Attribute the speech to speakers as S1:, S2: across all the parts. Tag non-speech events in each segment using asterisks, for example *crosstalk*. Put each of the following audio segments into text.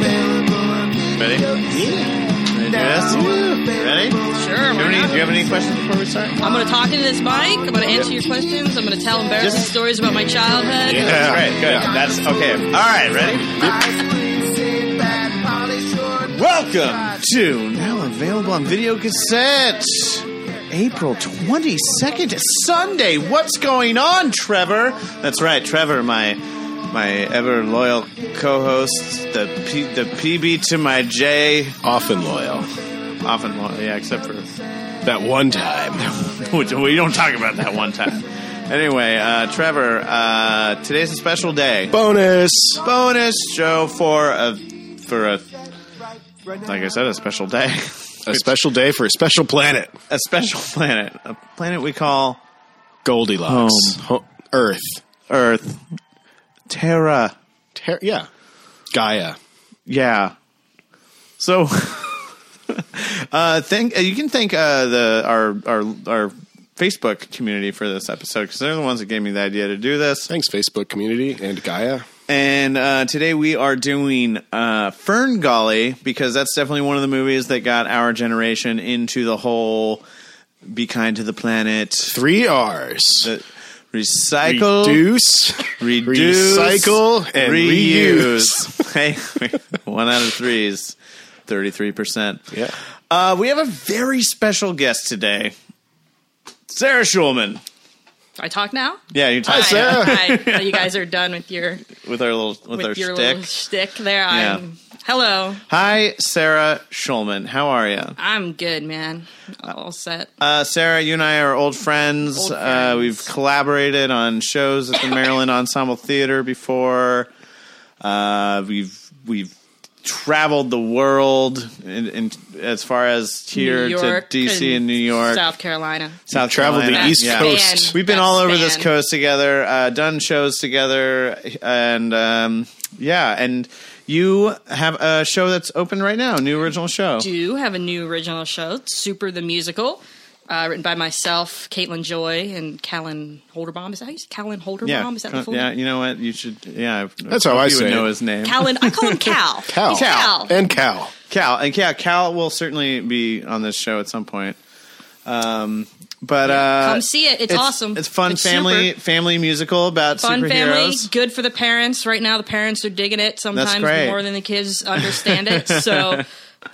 S1: Ready? Yes. Ready?
S2: Sure,
S1: Do you, have
S2: why
S1: any,
S2: not?
S1: do you have any questions before we start?
S2: I'm going to talk into this mic. I'm going to answer your questions. I'm going to tell embarrassing
S1: Just-
S2: stories about my childhood.
S1: That's great. Good. That's okay. All right. Ready? Welcome to now available on video cassette, April 22nd, Sunday. What's going on, Trevor? That's right, Trevor, my my ever loyal co-host, the P, the PB to my J,
S3: Often loyal.
S1: often loyal, yeah, except for
S3: That one time.
S1: *laughs* Which- we don't talk about that one time. Anyway, uh, Trevor, uh, today's a special day.
S3: Bonus.
S1: Bonus show for a for a like I said, a special day, *laughs*
S3: A special day for a special planet.
S1: a special planet, a planet we call
S3: Goldilocks. Ho- Earth.
S1: Earth, Terra.
S3: Ter- yeah. Gaia.
S1: Yeah. So, *laughs* uh, thank uh, you can thank uh, the our our our Facebook community for this episode because they're the ones that gave me the idea to do this.
S3: Thanks, Facebook community and Gaia.
S1: And uh, today we are doing uh, Fern Gully because that's definitely one of the movies that got our generation into the whole be kind to the planet,
S3: Three R's.
S1: uh, recycle,
S3: Reduce.
S1: reduce,
S3: recycle, and
S1: reuse. *laughs* hey, one out of three is 33%.
S3: Yeah.
S1: Uh, we have a very special guest today Sarah Schulman.
S2: Do I talk now?
S1: Yeah, you talk
S3: Sarah.
S1: *laughs*
S2: Hi. Hi. you guys are done with your
S1: with our little with,
S2: with,
S1: our shtick.
S2: your little shtick there.
S1: Yeah.
S2: I'm hello.
S1: Hi, Sarah Schulman. How are you?
S2: I'm good, man. All set.
S1: Uh, Sarah, you and I are old friends.
S2: Old
S1: Uh,
S2: friends.
S1: we've collaborated on shows at the Maryland Ensemble Theater before. Uh, we've we've traveled the world in, in, as far as here
S2: New York
S1: to DC and New York,
S2: South Carolina.
S1: South
S3: traveled the
S1: Carolina.
S3: East Coast.
S2: Fan.
S1: We've been
S2: That
S1: all over this
S2: span.
S1: coast together, uh, done shows together, and um, yeah, and you have a show that's open right now, new original show.
S2: do have a new original show, Super the Musical, uh, written by myself, Caitlin Joy, and Callan Holderbaum. Is that how you say Callan Holderbaum?
S1: yeah, Uh,
S2: Is that the full
S1: yeah.
S2: name?
S1: You know what? You should. Yeah,
S3: That's how I
S1: you
S3: say
S1: would know
S3: it.
S1: his name.
S2: Callan,
S1: *laughs*
S2: I call him Cal.
S3: Cal.
S2: He's Cal.
S3: And Cal.
S1: Cal and yeah, Cal will certainly be on this show at some point. Um, but uh,
S2: Come see it. It's awesome.
S1: It's fun
S2: It's
S1: family
S2: super.
S1: family musical about
S2: Fun family,
S1: superheroes.
S2: good for the parents. Right now, the parents are digging it. Sometimes
S1: great.
S2: more than the kids understand
S1: *laughs*
S2: it. So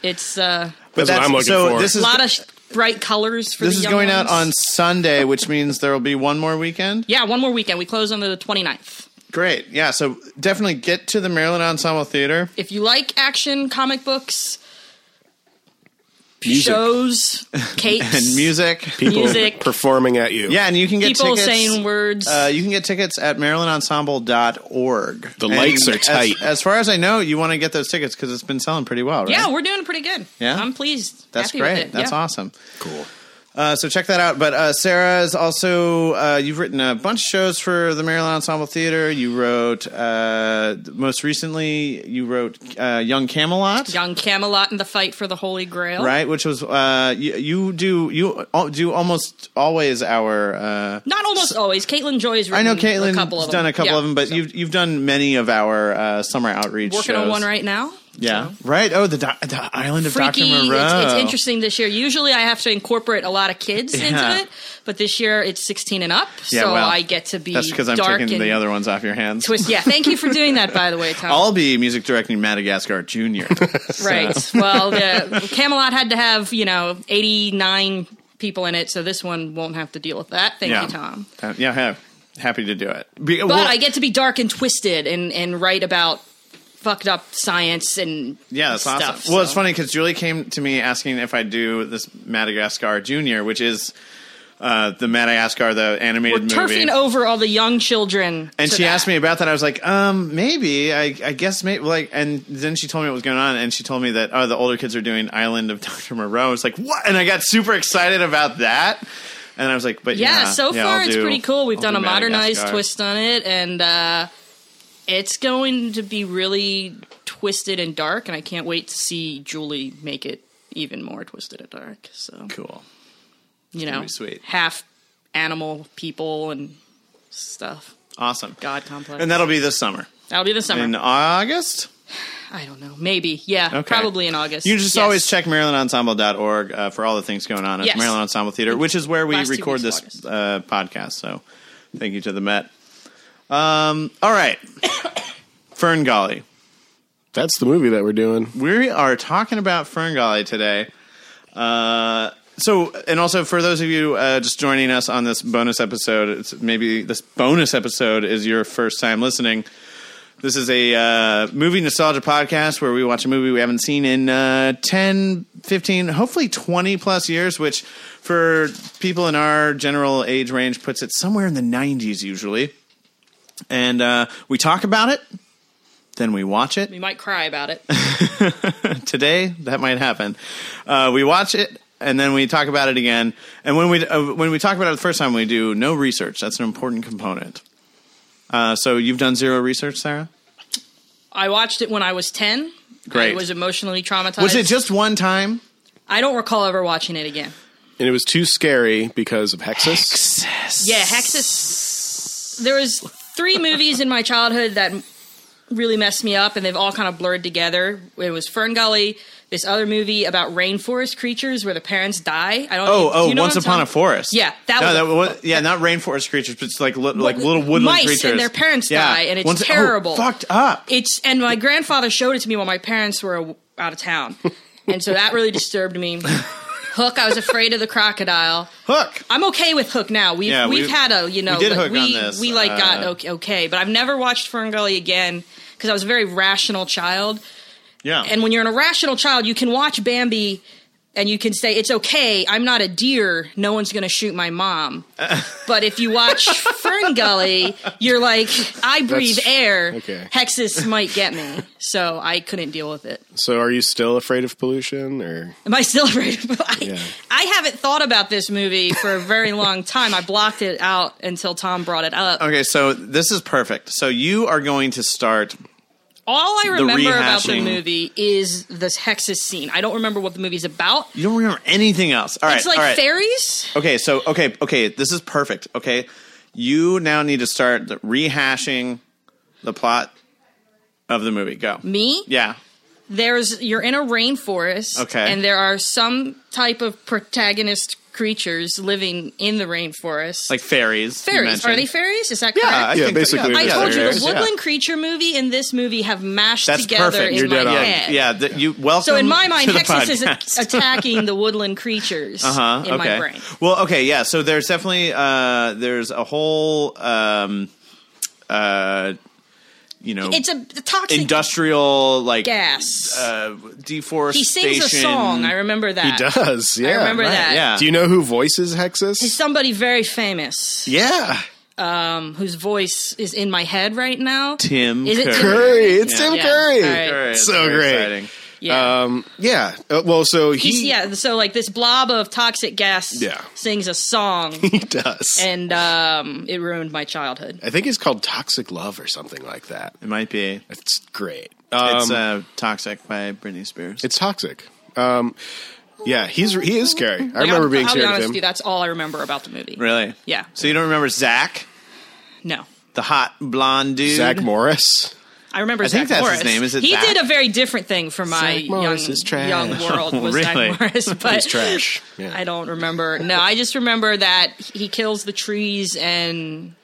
S2: it's uh,
S3: That's, what I'm looking
S1: so
S3: for.
S1: This
S2: a
S1: is
S2: lot of sh- bright colors for
S1: this
S2: the
S1: is
S2: young
S1: going out
S2: ones.
S1: on Sunday, which means there will be one more weekend.
S2: Yeah, one more weekend. We close on the 29th.
S1: Great, yeah. So definitely get to the Maryland Ensemble Theater.
S2: If you like action, comic books,
S3: Music.
S2: shows,
S1: *laughs*
S2: capes,
S1: And music,
S3: People
S2: music.
S3: performing at you.
S1: yeah, and you can get
S2: people
S1: tickets.
S2: saying words.
S1: Uh, you can get tickets at marylandensemble.org.
S3: The lights are
S1: as-
S3: tight.
S1: As, far as I know, you want to get those tickets because it's been selling pretty well, right?
S2: yeah, we're doing pretty good.
S1: Yeah?
S2: I'm pleased.
S1: That's
S2: Happy with
S1: great.
S2: it.
S1: That's
S2: Yeah.
S1: awesome.
S3: Cool.
S1: Uh, so check that out. But uh, Sarah is also uh, you've written a bunch of shows for the Maryland Ensemble Theater. You wrote uh, most recently you wrote uh, Young Camelot,
S2: Young Camelot in the fight for the Holy Grail.
S1: right? Which was uh, you, you do you al- do almost always our. Uh,
S2: Not almost always. Caitlin Joy's
S1: I
S2: written
S1: know
S2: Mm, a
S1: Caitlin's
S2: couple of
S1: done
S2: them.
S1: a couple
S2: Yeah.
S1: of them, but you've you've done many of our uh, summer outreach.
S2: working
S1: shows.
S2: on one right now.
S1: Yeah,
S2: So.
S1: right. Oh, the, doc- the island of
S2: Freaky.
S1: Doctor Moreau.
S2: It's, it's interesting this year. Usually I have to incorporate a lot of kids
S1: Yeah.
S2: into it, but this year it's 16 and up,
S1: Yeah,
S2: so
S1: well,
S2: I get to be
S1: That's because I'm
S2: dark
S1: taking
S2: and
S1: the other ones off your hands.
S2: twist. Yeah, thank you for doing that, by the way, Tom.
S1: I'll be music directing Madagascar Junior.
S2: Right. Well, the Camelot had to have, you know, 89 people in it, so this one won't have to deal with that. Thank you, Tom.
S1: Uh, yeah, ha- happy to do it.
S2: But I get to be dark and twisted and, and write about fucked up science and
S1: yeah, that's
S2: stuff,
S1: awesome. Well, it's
S2: so.
S1: funny because Julie came to me asking if I do this Madagascar Junior, which is uh, the Madagascar, the
S2: We're
S1: animated movie.
S2: turfing over all the young children.
S1: and
S2: to
S1: she
S2: that.
S1: asked me about that. I was like, um, maybe. I, I guess maybe. Like, and then she told me what was going on, and she told me that oh, the older kids are doing Island of *laughs* Dr. Moreau. I was like, what? And I got super excited about that. And I was like, but
S2: Yeah,
S1: yeah,
S2: so
S1: yeah,
S2: far
S1: I'll
S2: it's
S1: do-
S2: pretty cool. We've
S1: I'll
S2: done
S1: do
S2: a modernized
S1: Madagascar.
S2: twist on it, and uh, it's going to be really twisted and dark. And I can't wait to see Julie make it even more twisted and dark. So
S1: Cool.
S2: you
S1: gonna
S2: know,
S1: be sweet.
S2: half animal people and stuff.
S1: Awesome.
S2: God complex.
S1: And that'll be this summer.
S2: That'll be the summer.
S1: In August?
S2: I don't know. Maybe. Yeah.
S1: Okay.
S2: Probably in August.
S1: You can just
S2: Yes.
S1: always check MarylandEnsemble.org uh, for all the things going on at
S2: Yes.
S1: Maryland Ensemble Theater, which is where we
S2: Last two
S1: record
S2: weeks of
S1: this uh, podcast. So thank you to the Met. Um, all right. *coughs* Ferngully.
S3: That's the movie that we're doing.
S1: We are talking about Ferngully today. Uh, so, and also for those of you uh, just joining us on this bonus episode, it's maybe this bonus episode is your first time listening. This is a uh, movie nostalgia podcast where we watch a movie we haven't seen in uh, 10, 15, hopefully 20 plus years, which for people in our general age range puts it somewhere in the 90s usually. And uh, we talk about it, then we watch it
S2: We might cry
S1: *laughs*
S2: about it.
S1: today that might happen. Uh, we watch it and then we talk about it again. And when we uh, when we talk about it the first time, we do no research. That's an important component. Uh, so you've done zero research, Sarah.
S2: I watched it when I was ten.
S1: Great.
S2: I was emotionally traumatized.
S1: Was it just one time?
S2: I don't recall ever watching it again.
S3: And it was too scary because of Hexus.
S2: Yeah, Hexus. There was three movies in my childhood that really messed me up, and they've all kind of blurred together. It was Ferngully, this other movie about rainforest creatures where the parents die. I don't.
S1: Oh,
S2: do
S1: oh,
S2: you know
S1: Once
S2: what I'm
S1: Upon a
S2: talking-
S1: Forest.
S2: Yeah, that
S1: no,
S2: was
S1: that
S2: a-
S1: was yeah, not rainforest creatures, but it's like li- like little woodland
S2: mice and
S1: creatures.
S2: their parents die, and it's
S1: Once- oh,
S2: terrible.
S1: fucked up.
S2: It's and my grandfather showed it to me while my parents were aw- out of town, and so that really disturbed me. Hook, I was afraid of the crocodile.
S1: Hook.
S2: I'm okay with Hook now. We've
S1: Yeah,
S2: we've,
S1: we-
S2: had a you
S1: we
S2: know
S1: did
S2: like,
S1: Hook
S2: we,
S1: on this,
S2: we, like got
S1: uh,
S2: okay, okay, but I've never watched Ferngully again because I was a very rational child,
S1: Yeah.
S2: and when you're an irrational child, you can watch Bambi. And you can say it's okay. I'm not a deer. No one's going to shoot my mom. But if you watch Ferngully, you're like, I breathe
S3: That's-
S2: air.
S3: okay.
S2: Hexus might get me, so I couldn't deal with it.
S3: So are you still afraid of pollution or
S2: Am I still *laughs* afraid? of- I,
S3: Yeah.
S2: I haven't thought about this movie for a very long time. I blocked it out until Tom brought it up.
S1: okay, so this is perfect. So you are going to start
S2: All I remember about the
S1: rehashing.
S2: movie is this Hexus scene. I don't remember what the movie's about.
S1: you don't remember anything else. All right.
S2: it's like
S1: all right.
S2: fairies.
S1: Okay, so okay, okay, this is perfect. Okay, you now need to start the- rehashing the plot of the movie. Go.
S2: Me?
S1: Yeah.
S2: There's you're in a rainforest.
S1: Okay.
S2: And there are some type of protagonist creatures living in the rainforest.
S1: Like fairies. you
S2: fairies. Are
S1: mentioned.
S2: they fairies? Is that
S1: Yeah,
S2: correct?
S1: I
S3: Yeah,
S1: think
S3: basically
S1: yeah,
S2: I
S3: they're
S2: told you the
S3: fairies,
S2: woodland creature movie and this movie have mashed
S1: That's
S2: together
S1: perfect.
S2: in
S3: You're
S2: my
S3: dead on.
S2: head.
S1: Yeah, th- you welcome.
S2: So in my
S1: *laughs*
S2: mind,
S1: to the
S2: Hexus is *laughs*
S1: podcast.
S2: a- attacking the woodland creatures
S1: Uh-huh,
S2: in
S1: okay.
S2: my brain.
S1: Well, okay, yeah. So there's definitely uh, there's a whole um, uh, you know
S2: It's a toxic
S1: industrial like
S2: gas.
S1: uh, deforestation.
S2: he sings a song. I remember that.
S3: he does? Yeah.
S2: I remember
S1: right,
S2: that.
S1: yeah.
S3: Do you know who voices Hexus?
S2: Somebody very famous
S3: yeah.
S2: um, whose voice is in my head right now.
S1: Tim
S2: Is it
S1: Curry.
S2: Tim
S3: Curry. It's
S1: Yeah.
S3: Tim
S2: Yeah.
S3: Curry.
S2: All right.
S1: Curry. It's
S3: So
S1: very
S3: great.
S1: exciting.
S2: Yeah.
S3: Um, yeah. Uh, well, so he
S2: He's- yeah. So like this blob of toxic gas
S3: Yeah.
S2: sings a song,
S3: *laughs*
S1: *laughs*
S3: he does.
S2: and um, it ruined my childhood.
S3: I think it's called Toxic Love or something like that.
S1: It might be.
S3: It's great.
S1: it's
S3: Um,
S1: uh, Toxic by Britney Spears.
S3: it's toxic. Um, yeah, he's he is scary. I
S2: Like,
S3: remember
S2: I'll,
S3: being
S2: I'll be honest
S3: scared of him.
S2: with you. That's all I remember about the movie.
S1: really?
S2: Yeah.
S1: So you don't remember Zach,
S2: No.
S1: the hot blonde dude?
S3: Zach Morris.
S2: I remember.
S1: I think that's
S2: Zach
S1: his
S2: Morris.
S1: name. Is it
S2: He
S1: Zach?
S2: did a very different thing from my
S3: Zach Morris
S2: young,
S3: is
S1: *laughs*
S3: trash.
S2: young world. Was
S1: Really?
S2: Zach Morris? But
S3: He's trash. Yeah.
S2: *laughs* I don't remember. No, I just remember that he kills the trees and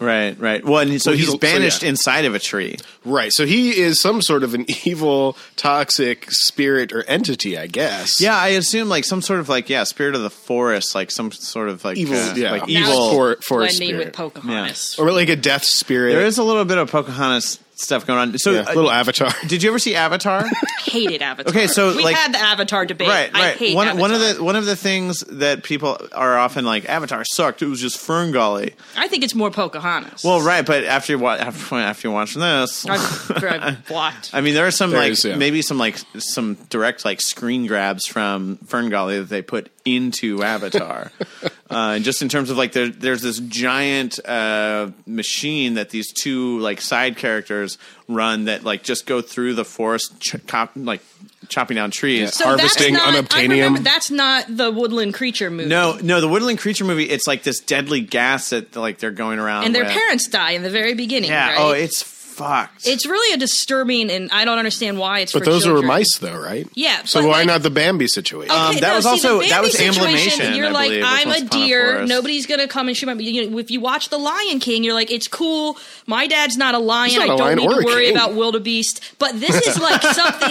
S1: Right, right. Well, and so
S3: Well, he's
S1: he's,
S3: a- so,
S1: banished
S3: yeah.
S1: inside of a tree.
S3: Right. So he is some sort of an evil, toxic spirit or entity, I guess.
S1: Yeah, I assume like some sort of like yeah, spirit of the forest, like some sort of like
S3: Evil.
S1: uh,
S3: yeah.
S1: like
S2: Now
S1: evil.
S3: For, for
S2: blending
S3: spirit.
S2: with Pocahontas.
S3: or like a death spirit.
S1: There is a little bit of Pocahontas stuff going on. So,
S3: Yeah,
S1: uh,
S3: little Avatar.
S1: did you ever see
S3: *laughs*
S1: Avatar?
S2: hated Avatar.
S1: Okay, so,
S2: we
S1: like-
S2: had the Avatar debate.
S1: right,
S2: I
S1: right.
S2: hate
S1: one,
S2: Avatar.
S1: one of the one of the things that people are often like, Avatar sucked. It was just Ferngully.
S2: I think it's more Pocahontas.
S1: Well, right, but after you wa- after, after you watch this, *laughs*
S2: I've, I've blocked.
S1: I mean, there are some
S3: There
S1: like
S3: is, yeah.
S1: maybe some like some direct like screen grabs from Ferngully that they put into
S3: *laughs*
S1: Avatar, uh, and just in terms of like there, there's this giant uh, machine that these two like side characters run that like just go through the forest, ch- cop, like chopping down trees.
S2: so
S3: harvesting
S2: that's not, I remember
S3: unobtainium.
S2: that's not the woodland creature movie.
S1: No, no, the woodland creature movie. It's like this deadly gas that like they're going around
S2: and their
S1: with.
S2: parents die in the very beginning.
S1: Yeah.
S2: right?
S1: Oh, it's fucked.
S2: it's really a disturbing, and I don't understand why it's.
S3: But
S2: for
S3: those
S2: children.
S3: were mice, though, right?
S2: Yeah,
S3: So
S2: but,
S3: why
S2: like- Oh.
S3: not the Bambi situation?
S2: Okay,
S1: Um, that
S2: no,
S1: was
S2: see,
S1: also-
S2: the
S1: that
S2: Bambi
S1: was
S2: situation,
S1: Amblimation,
S2: You're
S1: I
S2: like,
S1: believe, was
S2: I'm a
S1: once upon a
S2: deer.
S1: forest.
S2: Nobody's gonna come and shoot my. You know, if you watch The Lion King, you're like, it's cool. My dad's not a lion.
S3: He's not
S2: I
S3: a
S2: don't
S3: lion
S2: need
S3: or
S2: to
S3: a
S2: worry
S3: king.
S2: about wildebeest. But this is
S3: *laughs*
S2: like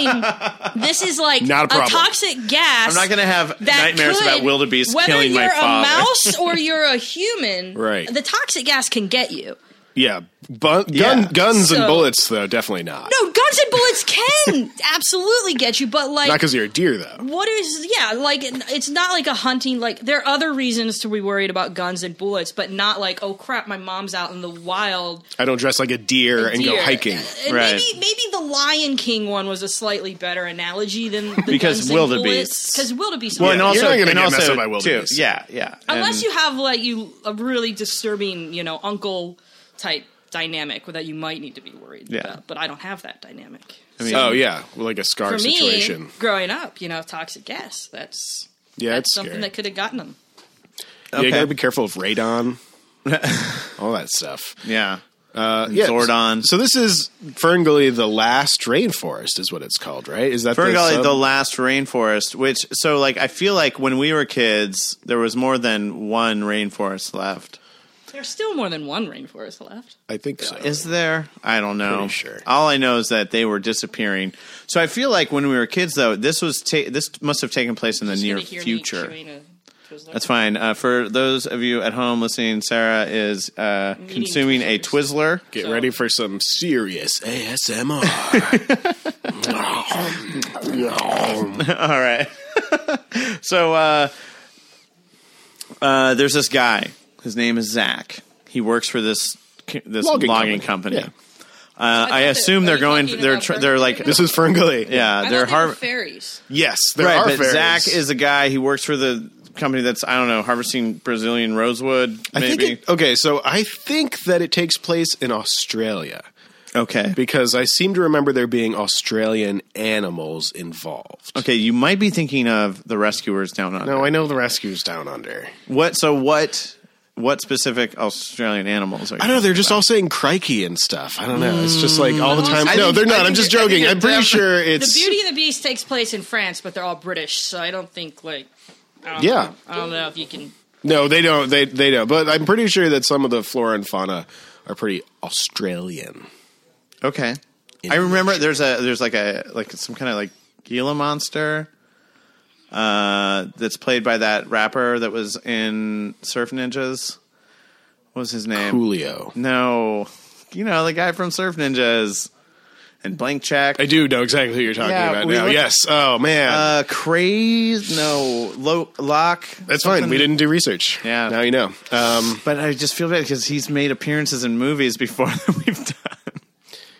S2: something. This is like
S3: Not a problem.
S2: toxic gas.
S1: I'm not gonna have
S2: that
S1: nightmares
S2: could-
S1: about wildebeest
S2: whether
S1: killing
S2: you're
S1: my father. *laughs*
S2: a mouse or you're a human.
S3: Right.
S2: The toxic gas can get you.
S3: yeah. Bu- gun,
S1: Yeah.
S3: Guns
S2: So-
S3: and bullets, though, definitely not.
S2: No, guns and bullets
S1: *laughs*
S2: can absolutely get you, but like
S3: Not because you're a deer, though.
S2: what is yeah like it's not like a hunting like there are other reasons to be worried about guns and bullets but not like oh crap my mom's out in the wild
S3: I don't dress like a deer and go
S2: deer. *laughs*
S3: hiking.
S2: And
S1: Right.
S2: maybe maybe the lion king one was a slightly better analogy than the
S1: Because wildebeests.
S2: because wildebeest
S1: well, and
S3: you're
S1: also,
S3: not gonna
S1: and
S3: get
S1: also,
S3: messed up by
S1: too,
S3: wildebeest.
S1: Yeah, yeah.
S2: unless
S1: And-
S2: you have like you a really disturbing you know uncle type dynamic that you might need to be worried
S1: Yeah.
S2: about but i don't have that dynamic
S3: oh, yeah. Like a scar
S2: for
S3: situation.
S2: me growing up you know toxic gas that's
S3: yeah,
S2: that's
S3: it's
S2: something
S3: scary.
S2: that could have gotten them
S3: Yeah, you
S1: Okay.
S3: gotta be careful of
S1: *laughs*
S3: radon, all that stuff.
S1: Yeah.
S3: Uh, yeah,
S1: Zordon.
S3: So this is Ferngully, the last rainforest, is what it's called, right? Is that
S1: Ferngully,
S3: the,
S1: the,
S3: sub-
S1: last rainforest, which, so like, I feel like when we were kids, there was more than one rainforest left.
S2: There's still more than one rainforest left.
S3: I think so.
S1: Is there? I don't know.
S3: Pretty sure.
S1: All I know is that they were disappearing. So I feel like when we were kids, though, this was ta- this must have taken place in the near future. That's fine. Uh, for those of you at home listening, Sarah is uh, consuming a Twizzler.
S3: Get ready for some serious
S1: *laughs*
S3: ASMR.
S1: All right. *laughs* so uh, uh, there's this guy. His name is Zach. He works for this this logging, company.
S3: Yeah.
S1: Uh, I assume
S2: Are
S1: they're
S2: you
S1: going.
S2: talking
S1: They're
S2: about
S1: tr-
S2: Burger
S1: they're
S2: King
S1: like
S2: right
S3: This is Ferngully.
S1: yeah. They're har-
S2: fairies.
S3: Yes, there
S1: right.
S3: are
S1: But
S3: fairies.
S1: Zach is a guy. He works for the company that's I don't know harvesting Brazilian rosewood.
S3: I think
S1: Maybe
S3: it- okay, so I think that it takes place in Australia
S1: okay.
S3: because I seem to remember there being Australian animals involved.
S1: Okay, you might be thinking of the rescuers down under.
S3: No, I know the rescue's down under.
S1: What? So what? What specific Australian animals? Are you
S3: I don't know. They're just all saying crikey and stuff. I don't know. It's just like all the time.
S1: I
S3: no,
S1: think-
S3: they're
S1: I
S3: not.
S1: think
S3: I'm just
S1: it- I think
S3: joking.
S1: it
S3: I'm pretty
S1: def-
S3: sure
S2: The
S3: it's.
S2: Beauty and the Beast takes place in France, but they're all British, so I don't think like I don't
S3: Yeah.
S2: know. I don't know if you can.
S3: No, they don't. They they don't. But I'm pretty sure that some of the flora and fauna are pretty Australian.
S1: Okay. I remember there's a there's like a like some kind of like Gila monster uh that's played by that rapper that was in Surf Ninjas. What was his name?
S3: Julio.
S1: No. You know, the guy from Surf Ninjas and Blank Check.
S3: I do know exactly who you're talking
S1: Yeah,
S3: about
S1: we
S3: now.
S1: looked-
S3: yes. Oh man,
S1: uh craze no lo- lock
S3: that's
S1: something.
S3: fine. We didn't do research.
S1: Yeah.
S3: Now you know. Um,
S1: but I just feel bad because he's made appearances in movies before *laughs* that we've done.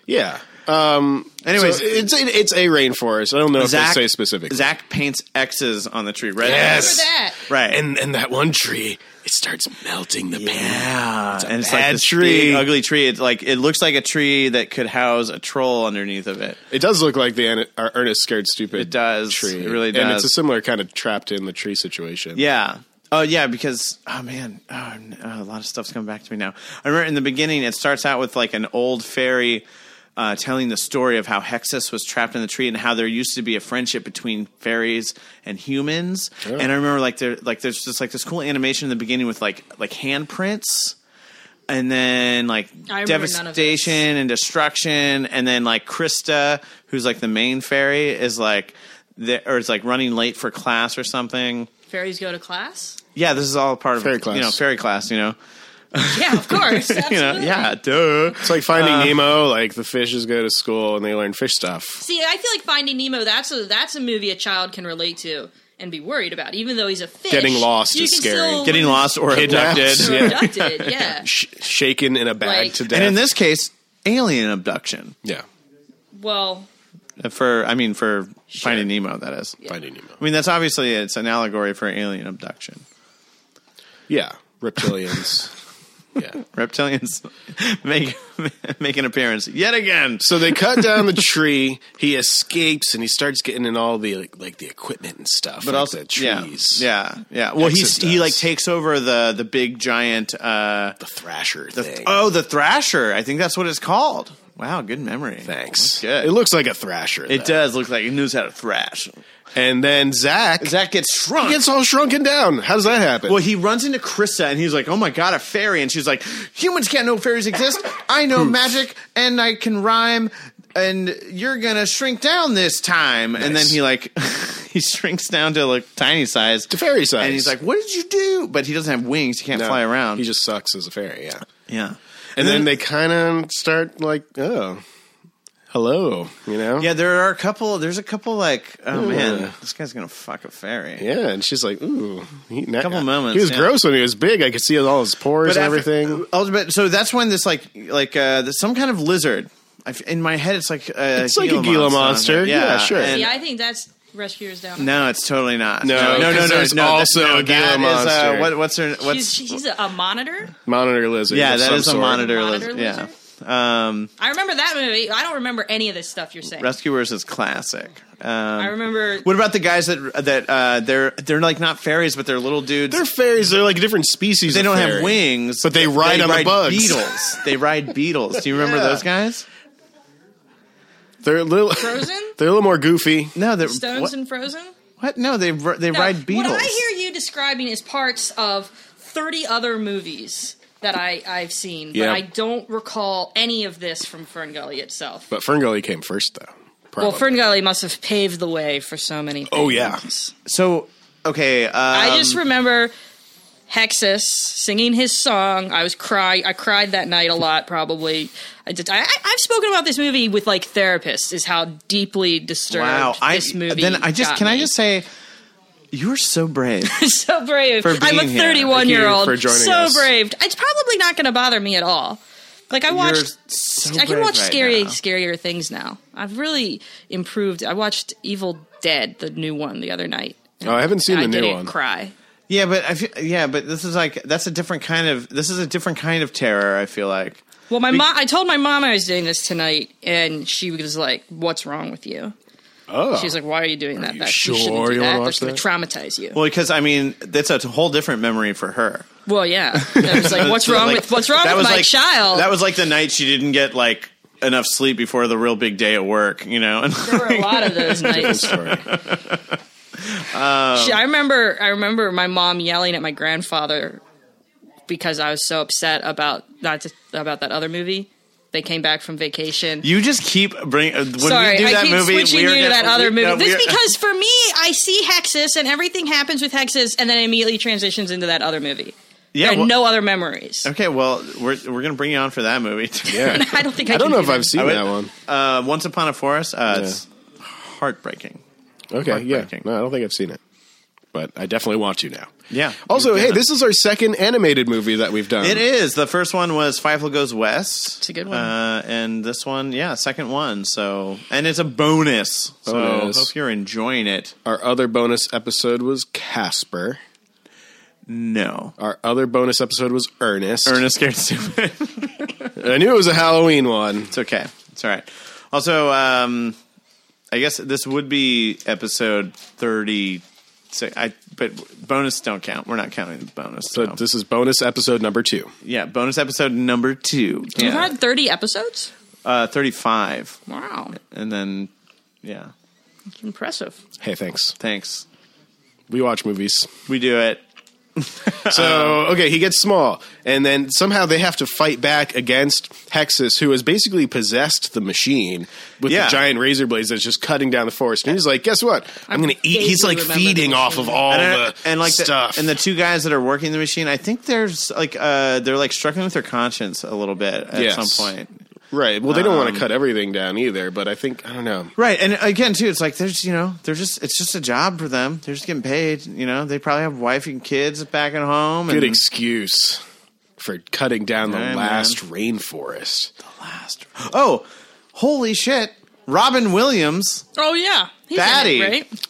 S3: yeah. Um,
S1: Anyways.
S3: so it's it, it's a rainforest. I don't know if they say specifically.
S1: Zach paints X's on the tree. Right.
S3: Yes.
S2: Remember that.
S1: Right.
S3: And and that one tree, it starts melting the pan. It's a
S1: and it's
S3: bad
S1: like this
S3: tree.
S1: big, ugly tree. It's like it looks like a tree that could house a troll underneath of it.
S3: It does look like the An- our Ernest Scared Stupid.
S1: It does.
S3: Tree.
S1: It really
S3: And
S1: does.
S3: it's a similar kind of trapped in the tree situation.
S1: yeah. Oh yeah, because oh man, oh, n- oh, a lot of stuff's coming back to me now. I remember in the beginning, it starts out with like an old fairy uh, telling the story of how Hexus was trapped in the tree and how there used to be a friendship between fairies and humans. And I remember like there like there's just like this cool animation in the beginning with like like handprints. and then like
S2: I remember none of this.
S1: devastation and destruction, and then like Krista, who's like the main fairy, is like the, or is like running late for class or something.
S2: Fairies go to class.
S1: Yeah, this is all part of
S3: Fairy class.
S1: you know fairy class, you know.
S2: Yeah, of course.
S1: *laughs*
S2: Absolutely.
S1: You know, yeah, duh.
S3: It's like Finding
S1: Uh,
S3: Nemo. Like the fishes go to school and they learn fish stuff.
S2: See, I feel like Finding Nemo. That's a that's a movie a child can relate to and be worried about, even though he's a fish.
S3: Getting lost
S2: you
S3: is
S2: can
S3: scary.
S2: still-
S1: Getting lost or
S3: Kidnapped.
S1: abducted.
S3: Yeah.
S2: you're abducted,
S1: *laughs*
S2: yeah.
S3: Sh- shaken in a bag
S2: Like-
S3: to *laughs* death.
S1: And in this case, alien abduction. Uh,
S3: yeah,
S2: Well,
S1: For I mean, for Finding Nemo, that is.
S3: Finding Nemo.
S1: I mean, that's obviously it's an allegory for alien abduction.
S3: Yeah, reptilians.
S1: *laughs*
S3: yeah.
S1: Reptilians *laughs* make make an appearance yet again.
S3: So they cut down the tree. He escapes and he starts getting in all the like, like the equipment and stuff,
S1: But
S3: like
S1: also
S3: the trees.
S1: Yeah, yeah. yeah. Well,
S3: Texas
S1: he he
S3: does.
S1: like takes over the the big giant. Uh,
S3: the Thrasher thing.
S1: oh, the Thrasher. I think that's what it's called. Wow, good memory.
S3: thanks.
S1: That's good.
S3: It looks like a Thrasher.
S1: It does look like it knows how to thrash.
S3: And then Zach,
S1: Zach gets shrunk.
S3: he gets all shrunken down. How does that happen?
S1: well, he runs into Krista and he's like, "Oh my god, a fairy!" And she's like, "Humans can't know fairies exist. I know magic and I can rhyme, and you're gonna shrink down this time." And then
S3: Nice.
S1: he like *laughs* he shrinks down to like tiny size,
S3: to fairy size.
S1: and he's like, "What did you do?" But he doesn't have wings; he can't
S3: No,
S1: fly around.
S3: He just sucks as a fairy. Yeah.
S1: yeah.
S3: And then they kind of start like, oh, hello, you know?
S1: Yeah, there are a couple. There's a couple like, oh
S3: Yeah.
S1: man, this guy's gonna fuck a fairy.
S3: Yeah, and she's like, ooh. He, a
S1: Couple moments,
S3: He was
S1: yeah.
S3: gross when he was big. I could see all his pores and
S1: after-
S3: everything.
S1: uh, but- so that's when this like like uh, this, some kind of lizard. I've, in my head, it's like uh, a
S3: It's like a Gila monster. Yeah, sure.
S1: and-
S2: see, I think that's Rescuers Down.
S1: no, it's totally not.
S3: No,
S1: no, no,
S3: because
S1: no.
S3: there's
S1: no, that-
S3: also
S1: no,
S3: a Gila
S1: that is,
S3: monster.
S1: uh, what, what's her?
S2: She's,
S1: What's
S2: she's a, a monitor.
S3: Monitor lizard.
S1: yeah?
S3: of
S1: That
S3: some
S1: is a
S3: sort.
S1: monitor,
S2: Monitor
S1: lizard.
S2: lizard?
S1: Yeah. Um,
S2: I remember that movie. I don't remember any of this stuff you're saying.
S1: Rescuers is classic. Um,
S2: I remember.
S1: What about the guys that that uh, they're they're like not fairies, but they're little dudes.
S3: They're fairies. They're like a different species.
S1: they
S3: of
S1: don't have
S3: fairy.
S1: wings,
S3: But they ride on the bugs.
S1: Beetles. they
S3: *laughs*
S1: ride beetles. Do you remember
S3: Yeah.
S1: those guys?
S3: They're a little.
S2: Frozen?
S3: *laughs* They're a little more goofy.
S1: No, they're
S2: Stones
S1: what,
S2: and Frozen.
S1: what? No, they r- they
S2: No,
S1: ride beetles.
S2: What I hear you describing is parts of 30 other movies that I, I've seen,
S3: Yeah.
S2: but I don't recall any of this from Ferngully itself.
S3: But Ferngully came first, though.
S2: well,
S3: Probably.
S2: Ferngully must have paved the way for so many things.
S3: Oh, yeah.
S1: so okay, um,
S2: I just remember Hexus singing his song. I was cry. I cried that night a lot. Probably. I did. I, I- I've spoken about this movie with like therapists. Is how deeply disturbed
S1: wow. I
S2: this movie.
S1: then I just
S2: got
S1: can I
S2: me.
S1: just say. You're so
S2: *laughs*
S1: brave.
S2: so brave.
S1: For being
S2: I'm a
S1: here.
S2: 31
S3: Thank you
S2: year old.
S3: for joining
S2: so
S3: us.
S2: brave. It's probably not going to bother me at all. Like I watched,
S1: so
S2: I can
S1: brave
S2: watch
S1: right
S2: scary,
S1: now.
S2: scarier things now. I've really improved. I watched Evil Dead, the new one, the other night.
S3: Oh, I haven't seen
S2: And I
S3: the new
S2: didn't
S3: one.
S2: cry.
S1: yeah, but I feel, yeah, but this is like that's a different kind of this is a different kind of terror. I feel like
S2: Well, my mom. I told my mom I was doing this tonight, and she was like, "What's wrong with you?"
S3: Oh.
S2: She's like, "Why are you doing that?
S3: you
S2: that
S3: sure
S2: shouldn't do
S3: you wanna
S2: that.
S3: watch
S2: That's going
S3: that?"
S2: to traumatize you." Well,
S1: well, because I mean that's a whole different memory for her.
S2: yeah. I was like, "What's
S1: So,
S2: wrong
S1: like,
S2: with What's wrong
S1: that
S2: with
S1: was
S2: my
S1: like-
S2: child?"
S1: That was like the night she didn't get like enough sleep before the real big day at work. You know, and *laughs*
S2: there were a lot of those nights. *laughs*
S3: Sorry.
S2: She- I remember I remember my mom yelling at my grandfather because I was so upset about that about that other movie. They came back from vacation.
S1: You just keep bring uh, when
S2: Sorry,
S1: we do
S2: I
S1: that
S2: keep
S1: movie.
S2: switching
S1: we
S2: you
S1: are
S2: to
S1: gonna-
S2: that other
S1: we-
S2: movie.
S1: no, we
S2: this
S1: are-
S2: because for me, I see Hexus and everything happens with Hexus, and then it immediately transitions into that other movie.
S1: yeah,
S2: there are
S1: well-
S2: no other memories.
S1: Okay, well, we're we're gonna bring you on for that movie.
S3: Yeah.
S2: *laughs* I don't think I,
S3: I don't
S2: can
S3: know
S2: do
S3: if
S2: that.
S3: I've seen
S1: I would-
S3: that one.
S1: Uh, Once Upon a Forest. Uh, It's heartbreaking.
S3: Okay, yeah.
S1: heartbreaking.
S3: No, I don't think I've seen it. But I definitely want to now.
S1: Yeah.
S3: Also,
S1: You're
S3: hey,
S1: gonna-
S3: this is our second animated movie that we've done.
S1: It is the first one was Fievel Goes West. It's
S2: a good one.
S1: uh, and this one, yeah, second one. So, and it's a bonus.
S3: Bonus.
S1: So, hope you're enjoying it.
S3: Our other bonus episode was Casper.
S1: No,
S3: Our other bonus episode was Ernest.
S1: Ernest scared stupid.
S3: I knew it was a Halloween
S1: *laughs*
S3: one.
S1: it's okay. It's all right. Also, um, I guess this would be episode thirty. I but bonus don't count. We're not counting the bonus.
S3: So
S1: so.
S3: this is bonus episode number two.
S1: Yeah, bonus episode number two.
S2: You've
S1: Yeah.
S2: had thirty episodes.
S1: Uh, 35.
S2: Wow,
S1: And then, yeah,
S2: impressive.
S3: Hey, thanks.
S1: thanks.
S3: We watch movies.
S1: We do it.
S3: So okay, he gets small, and then somehow they have to fight back against Hexus, who has basically possessed the machine with
S1: Yeah.
S3: the giant razor blades that's just cutting down the forest. And he's like, "Guess what? I'm, going to eat." He's
S2: vaguely
S3: like
S2: remember the
S3: feeding off of all
S1: and, I-
S3: the
S1: and like
S3: stuff.
S1: The, and the two guys that are working the machine, I think there's like uh they're like struggling with their conscience a little bit at
S3: Yes.
S1: some point.
S3: right. Well, they don't
S1: Um,
S3: want to cut everything down either, but I think I don't know.
S1: Right, and again too, it's like there's you know they're just it's just a job for them. They're just getting paid. You know, they probably have wife and kids back at home.
S3: Good
S1: and
S3: excuse for cutting down the
S1: Hmm. Yeah, man.
S3: last rainforest.
S1: Oh, holy shit! Robin Williams.
S2: Oh yeah, He's in it,
S1: Batty.
S2: right?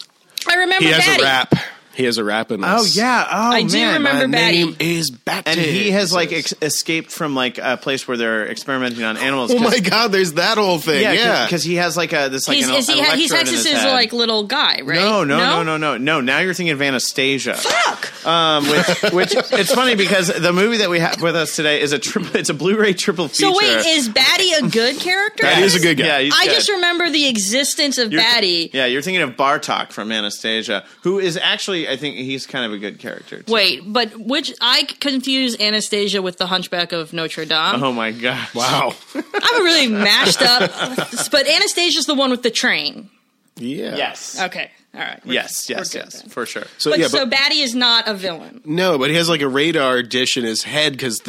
S2: I remember
S3: He has
S2: Batty.
S3: a rap. He has a rap in this.
S1: Oh yeah. Oh
S2: I do
S1: man.
S2: remember
S3: My
S2: Batty.
S3: name is Batty.
S1: And he has like
S3: says.
S1: ex- escaped from like a place where they're experimenting on animals.
S3: Oh
S1: 'cause-
S3: my god, there's that whole thing.
S1: Yeah,
S3: Yeah.
S1: because he has like a this like
S2: he's
S1: an,
S2: is he,
S1: an
S2: ha- he's
S1: electrode in his
S2: Hexus's
S1: head.
S2: like little guy, right?
S1: No, no, no, no, no, no. Now you're thinking of Anastasia.
S2: Fuck.
S1: Um,
S2: *laughs*
S1: which, which it's funny because the movie that we have with us today is a triple. It's a Blu-ray triple feature.
S2: So wait, is Batty a good character?
S3: That is a good guy.
S1: Yeah, he's
S2: I
S1: good.
S2: just remember the existence of
S1: You're-
S2: Batty.
S1: Yeah, you're thinking of Bartok from Anastasia, who is actually, I think, he's kind of a good character. Too.
S2: Wait, but which I confuse Anastasia with the Hunchback of Notre Dame.
S1: Oh my gosh.
S3: wow.
S1: *laughs*
S2: I'm really mashed up. But Anastasia's the one with the train.
S3: yeah.
S1: Yes.
S2: Okay, all right. We're-
S1: Yes.
S2: we're
S1: Yes.
S2: good
S1: Yes.
S2: then.
S1: For sure.
S3: So
S2: but,
S3: yeah,
S2: so
S3: but
S2: Batty is not a villain.
S3: no, but he has like a radar dish in his head because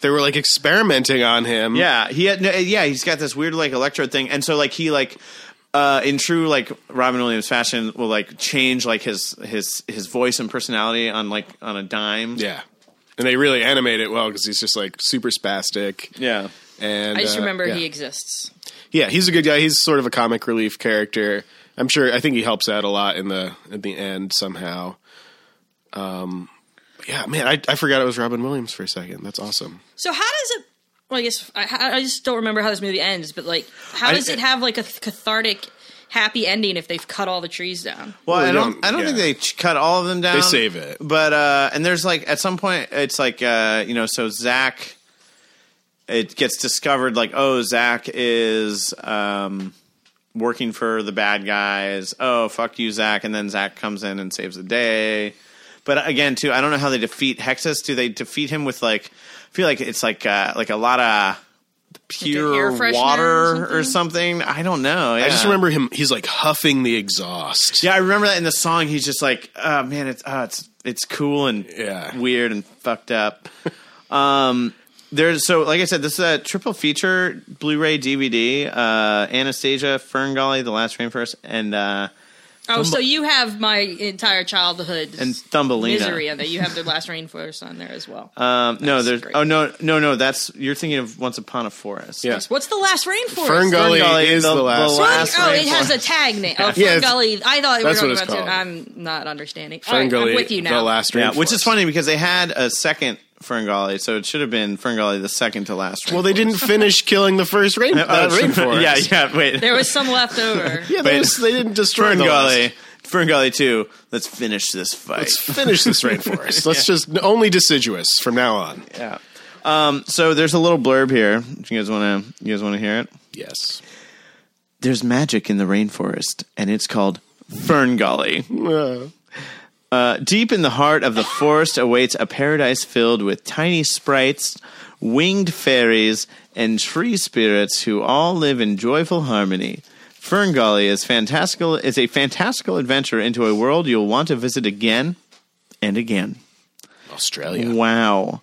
S3: they were like experimenting on him.
S1: Yeah, he had, no, yeah, he's got this weird like electrode thing, and so like he like uh in true like Robin Williams fashion will like change like his his his voice and personality on like on a dime.
S3: Yeah. And they really animate it well because he's just like super spastic.
S1: Yeah.
S3: And
S2: I just
S3: uh,
S2: remember
S3: yeah.
S2: he exists.
S3: Yeah, he's a good guy. He's sort of a comic relief character. I'm sure. I think he helps out a lot in the at the end somehow. Um, but yeah, man, I, I forgot it was Robin Williams for a second. That's awesome.
S2: So how does it? Well, I guess I, I just don't remember how this movie ends. But like, how
S1: I-
S2: does it have like a cathartic, happy ending if they've cut all the trees down?
S1: Well,
S3: Well,
S1: I
S3: they
S1: don't.
S3: don't-
S1: I don't
S3: yeah.
S1: think they ch- cut all of them down.
S3: They save it.
S1: but uh, and there's like at some point it's like uh, you know so Zach, it gets discovered like oh Zach is um, working for the bad guys. Oh fuck you Zach, and then Zach comes in and saves the day. But uh, again, too, I don't know how they defeat Hexus. Do they defeat him with like? I feel like it's like uh, like a lot of
S2: air
S1: pure
S2: freshener or
S1: water or something. I don't know.
S3: I just
S1: yeah.
S3: remember him. He's like huffing the exhaust.
S1: Yeah, I remember that in the song. He's just like, "Oh man, it's oh, it's it's cool and
S3: Yeah.
S1: weird and fucked
S3: *laughs*
S1: up." um, there's so like I said, this is a triple feature Blu-ray DVD: uh, Anastasia, Ferngully, The Last Rainforest, and uh,
S2: Oh, so you have my entire childhood
S1: and Thumbelina.
S2: misery, and that you have the last rainforest on there as well.
S1: Um, no, there's
S2: great.
S1: oh no no no that's you're thinking of Once Upon a Forest.
S3: Yeah.
S2: What's the last rainforest?
S3: Ferngully. Ferngully is the last-
S2: Fern- oh, it
S1: Rainforest.
S2: has a tag name. Oh,
S3: Yeah, it's-
S2: Ferngully. I thought we were
S3: that's
S2: talking
S3: what it's
S2: about. It.
S3: called.
S2: I'm not understanding. All right,
S3: Ferngully,
S2: I'm with you now.
S3: The last
S1: yeah, which
S3: Rainforest.
S1: is funny because they had a second Ferngully, so it should have been Ferngully the second to last.
S3: Well, they didn't finish killing the first *laughs* rain,
S1: Rainforest.
S3: uh,
S1: *laughs*
S3: rainforest.
S1: yeah, yeah. Wait,
S2: There was some left over.
S3: *laughs* yeah. They, just, they didn't destroy the
S1: Ferngully.
S3: last.
S1: Ferngully 2, let's finish this fight.
S3: Let's finish this *laughs* rainforest. Let's just only deciduous from now on.
S1: yeah. Um, so there's a little blurb here. If you guys wanna you guys wanna hear it?
S3: Yes.
S1: There's magic in the rainforest, and it's called Ferngully.
S3: Uh,
S1: Uh, deep in the heart of the forest awaits a paradise filled with tiny sprites, winged fairies, and tree spirits who all live in joyful harmony. Ferngully is fantastical is a fantastical adventure into a world you'll want to visit again and again.
S3: Australia.
S1: Wow.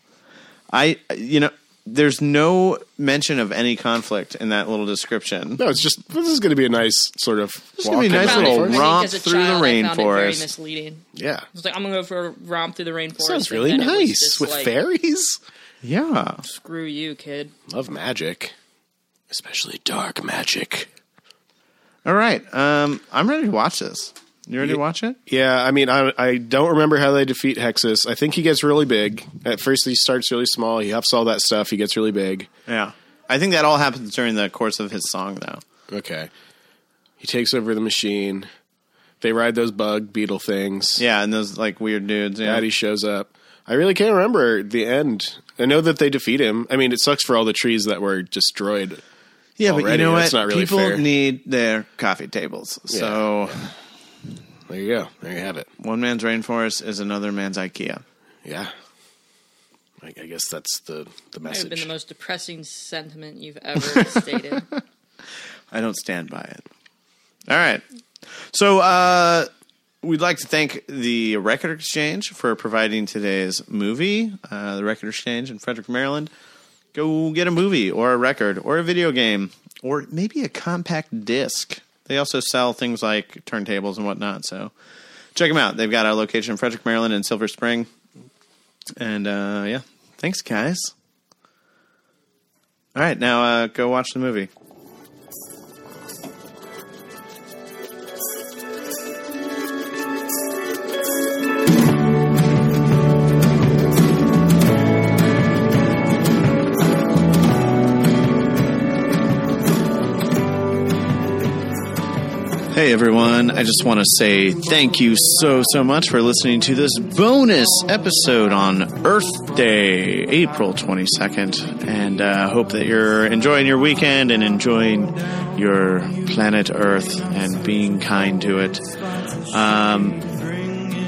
S1: I you know there's no mention of any conflict in that little description.
S3: No, it's just this is going to be a nice sort of. This
S1: gonna be a nice
S2: Found it,
S1: little
S2: I think,
S1: romp
S2: as a
S1: through the
S2: child, I found it very
S1: rainforest.
S2: misleading.
S3: Yeah.
S2: I was like, I'm gonna go for a romp through the rainforest.
S3: Sounds
S2: and
S3: really
S2: then it was
S3: nice
S2: just
S3: with
S2: like,
S3: fairies.
S1: Yeah.
S2: Screw you, kid.
S3: Love magic, especially dark magic.
S1: All right. Um I'm ready to watch this. You ready to watch it?
S3: Yeah, I mean, I, I don't remember how they defeat Hexus. I think he gets really big. At first, he starts really small. He huffs all that stuff. He gets really big.
S1: Yeah. I think that all happens during the course of his song though.
S3: Okay. He takes over the machine. They ride those bug beetle things.
S1: Yeah, and those like weird dudes. Yeah.
S3: Daddy shows up. I really can't remember the end. I know that they defeat him. I mean, it sucks for all the trees that were destroyed.
S1: yeah, but you
S3: already,
S1: know what?
S3: that's not really
S1: People
S3: fair.
S1: need their coffee tables. So
S3: There you go. There you have it.
S1: one man's rainforest is another man's IKEA.
S3: yeah. I, I guess that's the the
S2: It would have been
S3: message.
S2: the most depressing sentiment you've ever *laughs* stated.
S1: I don't stand by it. All right. So uh, we'd like to thank the Record Exchange for providing today's movie. Uh, the Record Exchange in Frederick, Maryland. Go get a movie or a record or a video game or maybe a compact disc. They also sell things like turntables and whatnot. So check them out. They've got a location in Frederick, Maryland, and Silver Spring. And uh, yeah, thanks, guys. All right, now uh, go watch the movie. Hey everyone, I just want to say thank you so, so much for listening to this bonus episode on Earth Day, April 22nd. And uh, hope that you're enjoying your weekend and enjoying your planet Earth and being kind to it. Um,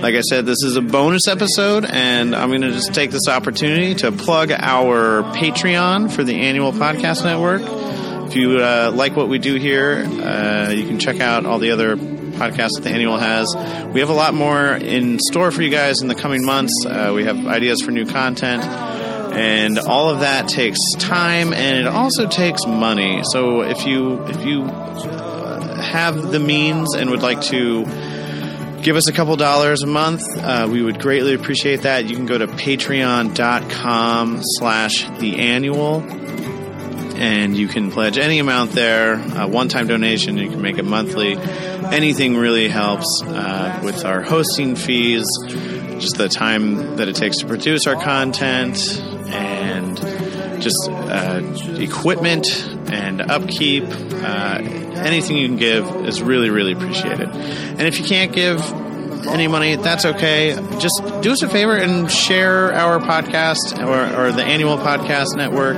S1: like I said, this is a bonus episode, and I'm going to just take this opportunity to plug our Patreon for the annual podcast network. If you uh, like what we do here, uh, you can check out all the other podcasts that the annual has. We have a lot more in store for you guys in the coming months. Uh, we have ideas for new content. And all of that takes time, and it also takes money. So if you if you uh, have the means and would like to give us a couple dollars a month uh, we would greatly appreciate that you can go to patreon.com slash the annual and you can pledge any amount there a one-time donation you can make it monthly anything really helps uh, with our hosting fees just the time that it takes to produce our content and just uh, equipment and upkeep uh, anything you can give is really really appreciated and if you can't give any money, that's okay. Just do us a favor and share our podcast or, or the annual podcast network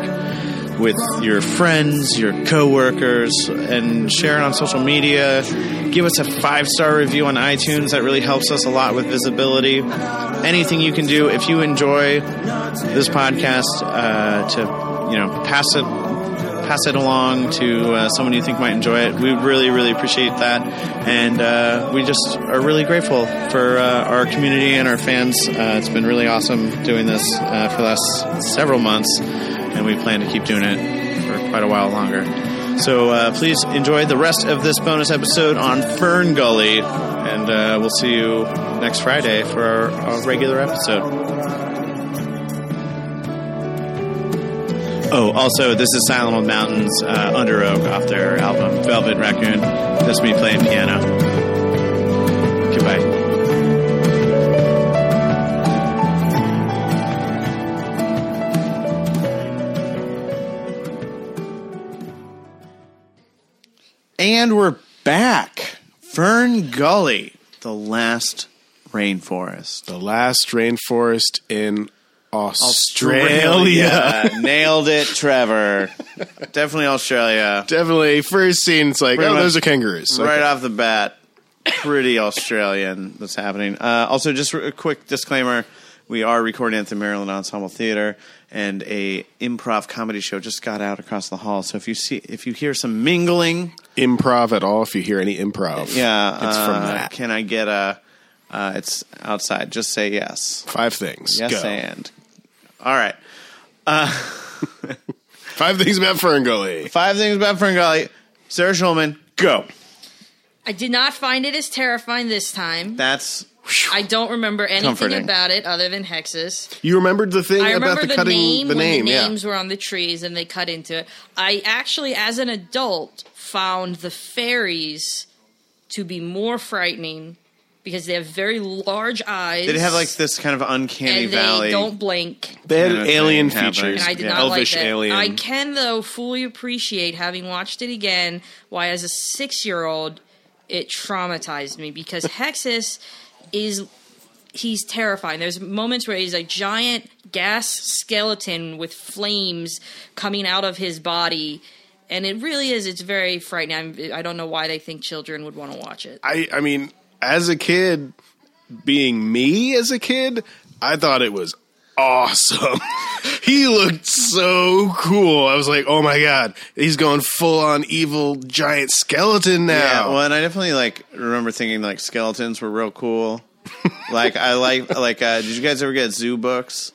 S1: with your friends, your coworkers, and share it on social media. Give us a five star review on iTunes. That really helps us a lot with visibility. Anything you can do if you enjoy this podcast uh, to you know pass it pass it along to uh, someone you think might enjoy it. We really, really appreciate that. And uh, we just are really grateful for uh, our community and our fans. Uh, it's been really awesome doing this uh, for the last several months, and we plan to keep doing it for quite a while longer. So uh, please enjoy the rest of this bonus episode on Fern Gully, and uh, we'll see you next Friday for our, our regular episode. Oh, also, this is Silent Old Mountains, uh, Under Oak, off their album Velvet Raccoon. That's me playing piano. Goodbye. And we're back. Fern Gully, the last rainforest.
S3: the last rainforest in Australia.
S1: Australia. Nailed it, Trevor. Definitely Australia.
S3: Definitely, first scene. It's like,
S1: Pretty
S3: oh,
S1: much
S3: those are kangaroos.
S1: right
S3: Okay.
S1: off the bat, pretty Australian that's happening. Uh, also, just a quick disclaimer: we are recording at the Maryland Ensemble Theater, and a improv comedy show just got out across the hall. So if you see, if you hear some mingling,
S3: improv at all? If you hear any improv,
S1: yeah,
S3: it's
S1: uh,
S3: from that.
S1: Can I get a? Uh, it's outside. Just say yes.
S3: Five things.
S1: Yes,
S3: Go.
S1: and all right.
S3: Five things about Ferngully.
S1: Five things about Ferngully. Sarah Schulman, go.
S2: I did not find it as terrifying this time.
S1: That's
S2: I don't remember anything
S1: Comforting.
S2: about it other than hexes.
S3: You remembered the thing
S2: I
S3: about
S2: remember
S3: the
S2: the,
S3: cutting
S2: name,
S3: the name,
S2: when the
S3: yeah.
S2: names were on the trees and they cut into it. I actually, as an adult, found the fairies to be more frightening because they have very large eyes.
S1: did it have like this kind of uncanny
S2: and they
S1: valley?
S2: don't blink.
S3: They had
S1: Kind of thing
S3: alien
S1: happened.
S3: features.
S2: And I did
S1: Yeah.
S2: not
S3: Elvish
S2: like that.
S3: alien.
S2: I can though fully appreciate having watched it again. Why, as a six-year-old, it traumatized
S1: *laughs*
S2: me because Hexus is. He's terrifying. There's moments where he's a giant gas skeleton with flames coming out of his body, and it really is. It's very frightening. I'm, I don't know why they think children would want to watch it.
S3: I I mean, as a kid, being me as a kid, I thought it was awesome. *laughs* he looked so cool. I was like, oh my god, he's going full on evil giant skeleton
S1: Yeah,
S3: now.
S1: well, and I definitely like remember thinking like skeletons were real
S3: *laughs*
S1: cool. like I like like uh, did you guys ever get zoo books?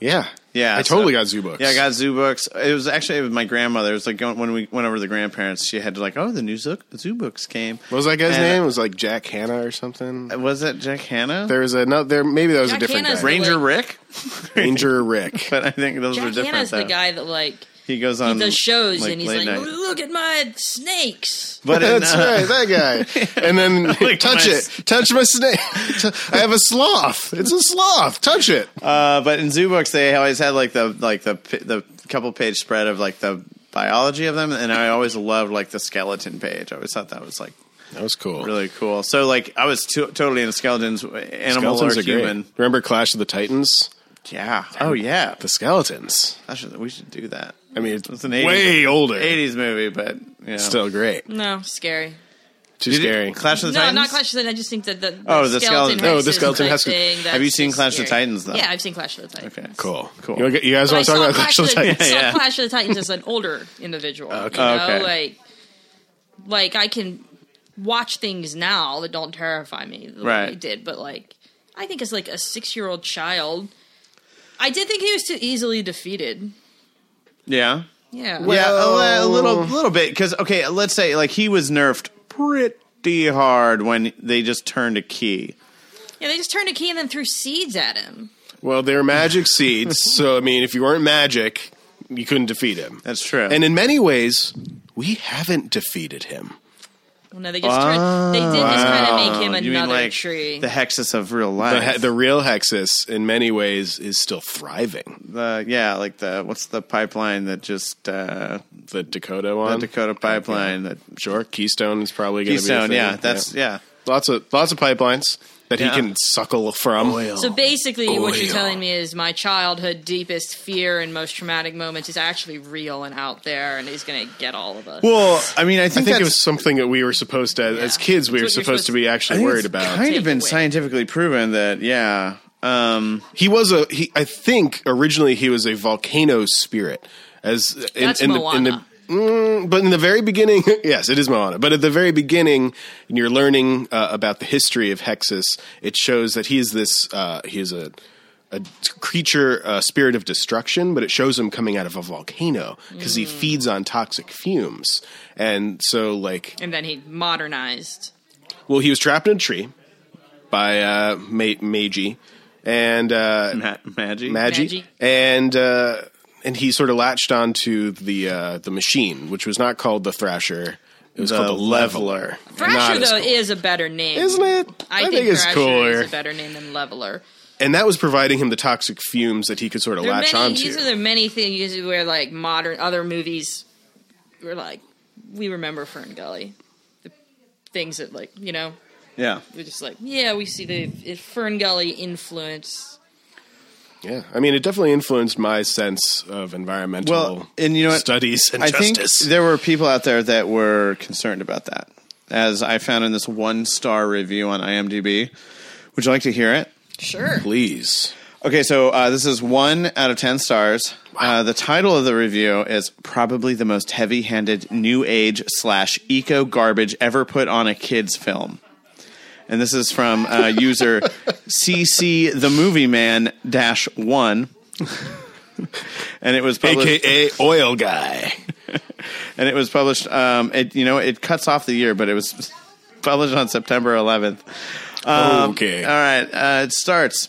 S3: yeah,
S1: Yeah,
S3: I totally
S1: so-
S3: got zoo books.
S1: Yeah, I got zoo books. It was actually it was my grandmother. It was like going- when we went over to the grandparents, she had to like, oh, the new zoo, zoo books came.
S3: What was that guy's
S1: And-
S3: name? It was like Jack Hanna or something.
S1: Was it Jack Hanna?
S3: There was another. There maybe that was
S2: Jack
S3: a different
S2: Hanna's
S3: guy.
S1: Ranger
S2: like-
S1: Rick,
S3: Ranger Rick.
S1: but I think those were
S2: Jack
S1: different.
S2: Hanna's
S1: though.
S2: the guy that like
S1: He goes on
S2: does shows and he's
S1: late
S2: like,
S1: night.
S2: look at my snakes.
S1: but in,
S3: That's
S1: uh,
S3: right, that guy.
S1: *laughs*
S3: And then touch
S1: my
S3: it, touch my snake. I have a sloth. It's a sloth. Touch it.
S1: Uh, but in zoo books, they always had like the like the pi- the couple page spread of like the biology of them, and I always loved like the skeleton page. I always thought that was like
S3: That was cool.
S1: really cool. So like I was to- totally into skeletons, animal
S3: Skeletons
S1: or
S3: are great.
S1: human.
S3: Remember Clash of the Titans?
S1: Yeah. Oh yeah.
S3: The skeletons.
S1: I should, we should do that.
S3: I mean, it's,
S1: It's an 80s,
S3: way older.
S1: 80s movie, but you know.
S3: Still great.
S2: No, scary.
S1: Did
S3: Too
S1: you-
S3: scary.
S1: Clash of
S2: No,
S1: the Titans.
S2: not Clash of the. I just think that the, the
S1: Oh, the skeleton.
S2: skeleton.
S1: No,
S3: the
S2: races
S3: skeleton
S2: type
S3: has to-
S2: thing,
S1: Have you
S2: that's
S1: seen
S2: just
S1: Clash of the
S2: scary.
S1: Titans, though?
S2: Yeah, I've seen Clash of the Titans.
S1: Okay.
S3: cool.
S1: Cool.
S3: You, wanna- you guys
S2: But I
S3: want
S2: saw
S3: to talk about
S2: Clash
S3: Clash of the Titans?
S2: saw
S1: Yeah.
S2: Clash of the Titans as an older individual.
S3: Okay.
S2: You know?
S1: Okay.
S2: Like, like I can watch things now that don't terrify me. the way
S1: Right.
S2: I did, but like, I think as like a six-year-old child, I did think he was too easily defeated.
S1: Yeah.
S2: Yeah.
S1: Yeah, a, li- a
S3: Well-
S1: little, little bit. Because okay, let's say like he was nerfed pretty hard when they just turned a key.
S2: Yeah, they just turned a key and then threw seeds at him.
S3: Well, they're magic seeds. so, I mean, if you weren't magic, you couldn't defeat him.
S1: That's true.
S3: And in many ways, we haven't defeated him.
S2: Well, no, they just turned. They did just kind of make him
S1: Um, You mean
S2: another
S1: like
S2: tree.
S1: the hexus of real
S3: The,
S1: life?
S3: he- the real Hexus, in many ways, is still thriving.
S1: The- yeah, like the what's the pipeline that just uh,
S3: The Dakota
S1: the
S3: one,
S1: Dakota pipeline that
S3: sure. Keystone is probably going to be a
S1: Keystone?
S3: thing.
S1: Yeah, that's yeah.
S3: lots of lots of pipelines that
S1: Yeah.
S3: he can suckle from.
S2: So basically, what
S3: Oil.
S2: you're telling me is my childhood deepest fear and most traumatic moments is actually real and out there, and he's going to get all of us.
S1: Well, I mean, I
S3: I
S1: think,
S3: think it
S1: that's-
S3: was something that we were supposed to, as
S2: That's
S3: kids, we were
S2: what you're
S3: supposed to be
S2: supposed-
S1: I
S3: actually
S1: think
S3: worried
S1: it's
S3: about.
S1: Kind
S2: Take
S1: of been
S2: away.
S1: scientifically proven that yeah. Um,
S3: he was a he i think originally he was a volcano spirit as in,
S2: That's
S3: in the in the
S2: Moana.
S3: Mm, but in the very beginning *laughs* yes it is moana but at the very beginning when you're learning uh, about the history of hexus it shows that he is this uh, he is a a creature uh, spirit of destruction but it shows him coming out of a volcano because he feeds on toxic fumes and so like
S2: and then he modernized.
S3: well, he was trapped in a tree by uh, Ma- Meiji and uh,
S1: Ma- Magi?
S3: Magi.
S2: Magi.
S3: and uh, and he sort of latched onto the uh, the machine, which was not called the Thrasher. It was
S1: The
S3: called the Leveler.
S2: Thrasher,
S3: Not as
S2: though,
S3: cool.
S2: is a better name.
S3: Isn't it?
S2: I, think, Thrasher is a better name than Leveler.
S3: and that was providing him the toxic fumes that he could sort of
S2: There are
S3: latch
S2: many,
S3: onto.
S2: These are the many things where, like, modern other movies were like, we remember Fern Gully. The things that, like, you know,
S1: Yeah.
S2: we're just like, yeah, we see the Fern Gully influence.
S3: yeah, I mean, it definitely influenced my sense of environmental
S1: Well, and you know what?
S3: studies and
S1: I think
S3: justice.
S1: there were people out there that were concerned about that, as I found in this one star review on IMDb. Would you like to hear it?
S2: Sure.
S3: Please,
S1: Okay, so uh, this is one out of 10 stars. Uh, the title of the review is probably the most heavy handed new age slash eco garbage ever put on a kid's film. And this is from uh, user CC the Movie Man dash one. and it was published.
S3: aka oil guy.
S1: and it was published. Um, it you know it cuts off the year, but it was published on September 11th. Um,
S3: Okay.
S1: All right. Uh, it starts.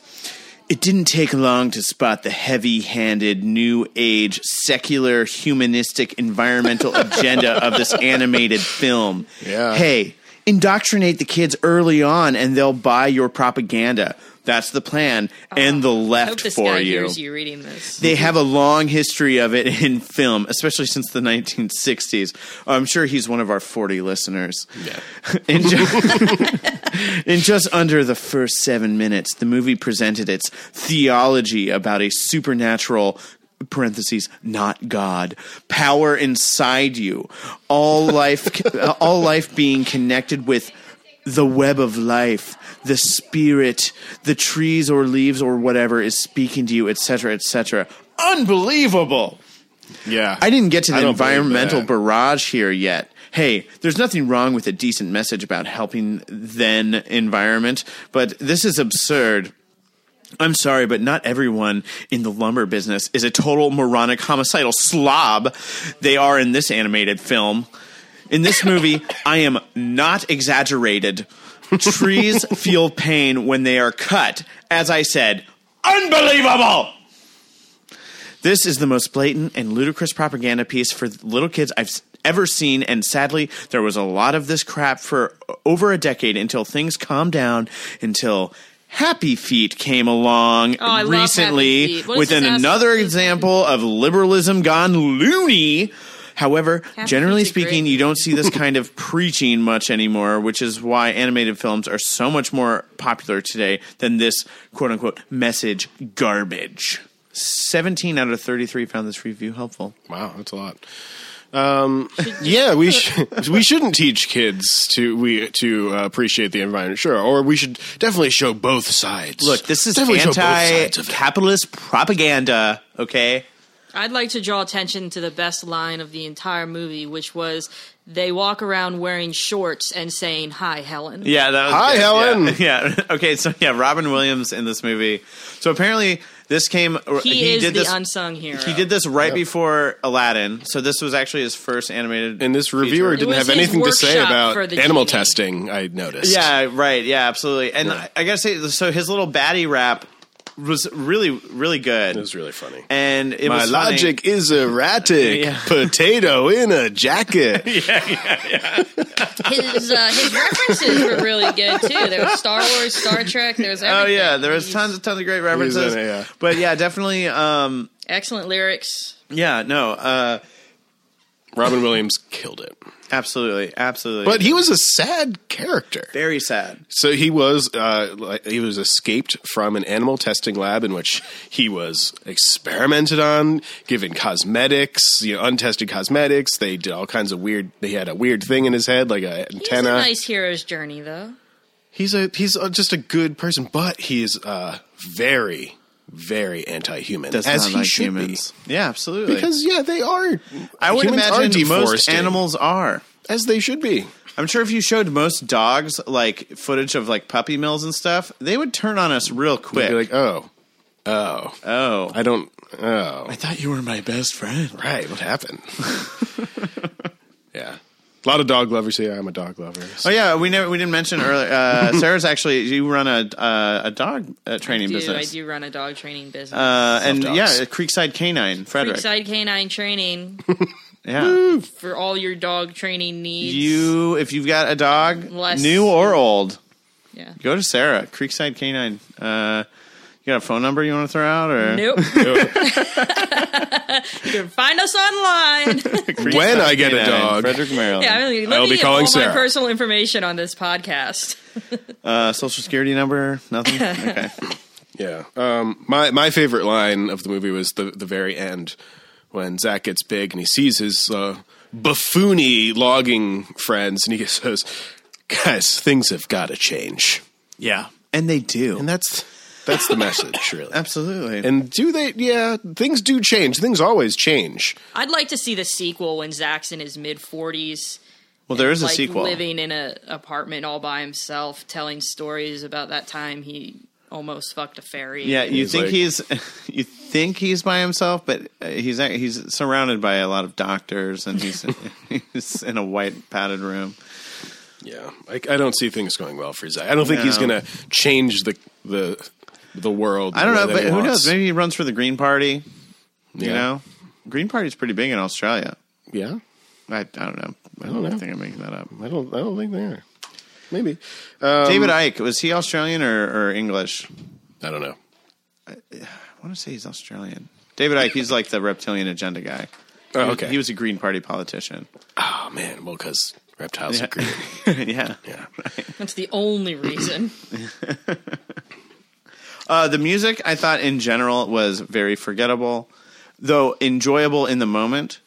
S1: It didn't take long to spot the heavy handed, new age, secular, humanistic,
S3: *laughs*
S1: environmental agenda of this animated film.
S3: Yeah.
S1: Hey, indoctrinate the kids early on and they'll buy your propaganda. That's the plan. and the
S2: Oh, I hope
S1: left
S2: this
S1: for
S2: guy
S1: you
S2: hears you reading this.
S1: they have a long history of it in film, especially since the 1960s. I'm sure he's one of our 40 listeners. *laughs* Yeah. in, ju- in just under the first seven minutes, the movie presented its theology about a supernatural. Parentheses, not God. Power inside you. *laughs* All life, all life being connected with the web of life, the spirit, the trees or leaves or whatever is speaking to you, etc., etc. Unbelievable.
S3: Yeah.
S1: I didn't get to
S3: I
S1: the
S3: don't believe
S1: environmental
S3: that.
S1: barrage here yet. Hey, there's nothing wrong with a decent message about helping then environment, but this is absurd. I'm sorry, but not everyone in the lumber business is a total moronic homicidal slob. They are in this animated film. In this
S3: *laughs*
S1: movie, I am not exaggerated. Trees feel pain when they are cut. As I said, unbelievable! This is the most blatant and ludicrous propaganda piece for little kids I've s- ever seen, and sadly, there was a lot of this crap for over a decade until things calmed down, until Happy Feet came along
S2: Oh, I love Happy
S1: recently
S2: Feet. What is
S1: with an-
S2: this ass-
S1: another example of liberalism gone loony. However,
S2: Happy
S1: generally
S2: Feet's a great
S1: speaking, you don't
S2: *laughs*
S1: see this kind of preaching much anymore, which is why animated films are so much more popular today than this quote unquote message garbage. 17 out of 33 found this review helpful.
S3: Wow, that's a lot. Um, yeah, we sh- *laughs* we shouldn't teach kids to we to uh, appreciate the environment, sure, or we should definitely show both sides.
S1: Look, this is
S3: Definitely show both sides of it.
S1: anti-capitalist propaganda, okay?
S2: I'd like to draw attention to the best line of the entire movie, which was they walk around wearing shorts and saying, Hi, Helen.
S1: Yeah, that was
S3: Hi,
S1: good.
S3: Helen.
S1: Yeah.
S3: *laughs*
S1: yeah. *laughs* Okay, so yeah, Robin Williams in this movie. So apparently this came
S2: He, is
S1: did
S2: the
S1: this
S2: unsung hero.
S1: He did this right before Aladdin, so this was actually his first animated.
S3: And this reviewer
S1: feature.
S3: didn't
S2: was
S3: have
S2: his
S3: anything to say
S2: workshop
S3: about
S2: for the
S3: animal
S2: genie.
S3: testing. I noticed.
S1: yeah, right, yeah, absolutely. And
S3: Yeah.
S1: I, I gotta say, so his little baddie rap was really, really good.
S3: it was really funny.
S1: and it
S3: My
S1: was funny.
S3: logic is erratic.
S1: Yeah.
S3: Potato in
S1: *laughs*
S3: a jacket.
S2: His, uh, his references were really good, too. There was Star Wars, Star Trek, there was
S1: Oh
S2: everything.
S1: yeah, there was
S2: He's-
S1: tons and tons of great references.
S3: in it, yeah.
S1: But yeah, definitely. Um,
S2: Excellent lyrics.
S1: yeah, no, uh,
S3: Robin Williams killed it,
S1: absolutely, absolutely.
S3: but he was a sad character.
S1: very sad.
S3: So he was uh, like- he was escaped from an animal testing lab in which he was experimented on, given cosmetics, you know, untested cosmetics. They did all kinds of weird. They had a weird thing in his head, like an
S2: He's a
S3: antenna.
S2: nice hero's journey, though.
S3: He's a he's uh just a good person, but he is uh, very very anti-human, as he should
S1: Yeah, absolutely.
S3: be. Because yeah, they are.
S1: I would
S3: humans are
S1: imagine most
S3: deforesting,
S1: animals are.
S3: as they should be.
S1: I'm sure if you showed most dogs like footage of like puppy mills and stuff, they would turn on us real quick.
S3: They're like, oh, oh,
S1: oh,
S3: I don't. Oh,
S1: thought you were my best friend.
S3: Right. What happened? *laughs* yeah. A lot of dog lovers here. I'm a dog lover.
S1: Oh
S3: so-
S1: yeah, we never we didn't mention earlier.
S2: *laughs*
S1: Uh, Sarah's actually you run a uh, a dog uh, training
S2: Dude, I
S1: business,
S2: do run a dog training business.
S1: Uh, and
S3: dogs.
S1: yeah, Creekside Canine, Frederick.
S2: Creekside Canine Training
S1: Yeah,
S2: for all your dog training needs.
S1: you if you've got a dog,
S2: Less-
S1: new or old,
S2: Yeah.
S1: go to Sarah Creekside Canine. Uh, you got a phone number you want to throw out or *laughs*
S2: Nope. you can find
S1: *laughs*
S2: us online.
S3: when I get a
S1: Canine,
S3: dog,
S1: Frederick Maryland.
S2: Yeah, I mean, let
S3: I'll
S2: me
S3: be
S2: give
S3: calling
S2: all
S3: Sarah.
S2: my personal information on this podcast.
S1: Uh, social security number, nothing.
S2: *laughs*
S1: Okay.
S3: yeah. Um, my my favorite line of the movie was the the very end when Zach gets big and he sees his uh, buffoony logging friends and he *laughs* says, "Guys, things have got to change,"
S1: yeah, and they do.
S3: and that's that's the message, really.
S1: *laughs* Absolutely.
S3: And do they? Yeah, things do change. Things always change.
S2: I'd like to see the sequel when Zach's in his mid 40s.
S1: well, there is a
S2: like
S1: sequel.
S2: living in an apartment all by himself, telling stories about that time he almost fucked a fairy.
S1: yeah, you
S3: He's
S1: think
S3: like-
S1: he's *laughs* you think he's by himself, but uh, he's act- he's surrounded by a lot of doctors, and
S3: *laughs*
S1: he's *laughs* he's in a white padded room.
S3: Yeah, I, I don't see things going well for Zach. I don't think he's
S1: No.
S3: going to change the the the world.
S1: I don't
S3: the
S1: know,
S3: way that
S1: but
S3: he
S1: who
S3: wants.
S1: knows? Maybe he runs for the Green Party. You
S3: Yeah.
S1: know, Green Party's pretty big in Australia.
S3: Yeah,
S1: I, I don't know. I don't,
S3: don't know.
S1: think I'm making that up.
S3: I don't. I don't think they are. Maybe. Um,
S1: David Icke was he Australian or, or English?
S3: I don't know.
S1: I want to say he's Australian. David Icke, he's like the reptilian agenda guy.
S3: Oh,
S1: He was-
S3: okay.
S1: He was a Green Party politician. *laughs*
S3: Oh man, well, because reptiles are green.
S1: yeah.
S3: Yeah.
S2: That's the
S1: *laughs*
S2: only reason.
S1: Uh, the music I thought in general was very forgettable, though enjoyable in the moment.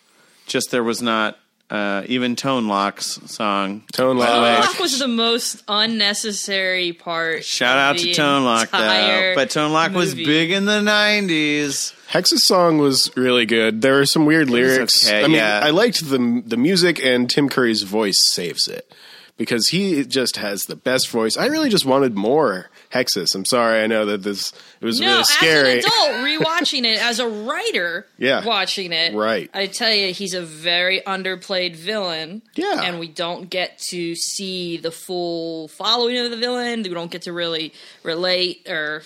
S1: Just there was not. Uh, Uh, even Tone Lock's song.
S3: Tone
S1: By the way,
S3: Lock.
S2: Lock was the most unnecessary part.
S1: Shout
S2: of
S1: out to
S2: the
S1: Tone Lock though,
S2: entire
S1: but Tone Lock was
S2: movie.
S1: big in the '90s.
S3: Hex's song was really good. There were some weird lyrics.
S1: okay,
S3: I mean,
S1: yeah.
S3: I liked the the music and Tim Curry's voice saves it because he just has the best voice. I really just wanted more Hexus. I'm sorry. I know that this it was
S2: No,
S3: really scary.
S2: as an
S3: *laughs*
S2: adult rewatching it, as a writer,
S3: Yeah.
S2: watching it,
S3: Right.
S2: I tell you, he's a very underplayed villain.
S3: Yeah.
S2: and we don't get to see the full following of the villain. We don't get to really relate or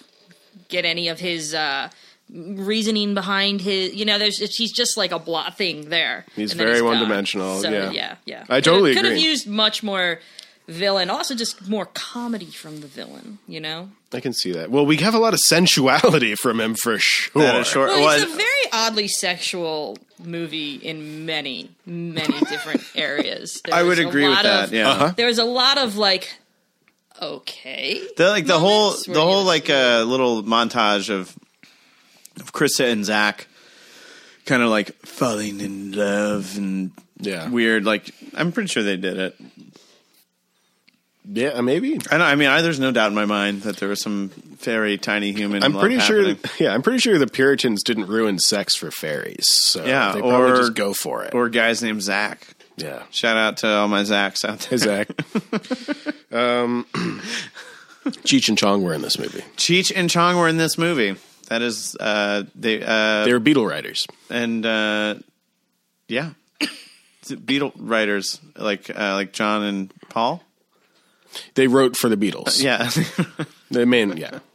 S2: get any of his uh, reasoning behind his. You know, there's it's- he's just like a blot thing there.
S3: He's
S2: and then
S3: very
S2: gone.
S3: one-dimensional,
S2: So,
S3: yeah.
S2: yeah, yeah.
S3: I totally
S2: could have
S3: agree.
S2: used much more villain. Also, just more comedy from the villain. You know.
S3: I can see that. Well, we have a lot of sensuality from him for sure.
S1: That is short.
S2: Well,
S1: was-
S2: it's a very oddly sexual movie in many,
S1: *laughs*
S2: many different areas. There
S1: I would
S2: was a
S1: agree with
S2: lot
S1: that,
S2: Of,
S1: yeah. Uh-huh.
S2: there was a lot of like, okay,
S1: the like the whole
S2: moments where
S1: the
S2: you
S1: whole
S2: just-
S1: like uh, little montage of of Krista and Zach kind of like falling in love and
S3: Yeah.
S1: weird like I'm pretty sure they did it.
S3: yeah, maybe.
S1: I know I mean I, there's no doubt in my mind that there was some very tiny human
S3: I'm
S1: love
S3: pretty sure.
S1: happening.
S3: *laughs* Yeah, I'm pretty sure the Puritans didn't ruin sex for fairies. So
S1: Yeah,
S3: they probably
S1: or-
S3: just go for it.
S1: or guys named Zach.
S3: yeah,
S1: Shout out to all my Zachs out there.
S3: Hey, *laughs* Zach. um, *clears throat* Cheech and Chong were in this movie.
S1: Cheech and Chong were in this movie. That is uh they uh
S3: They were Beetle Riders.
S1: and uh, yeah, It's Beatle writers like uh, like John and Paul.
S3: They wrote for the Beatles.
S1: Yeah, *laughs*
S3: They mean, yeah. *laughs*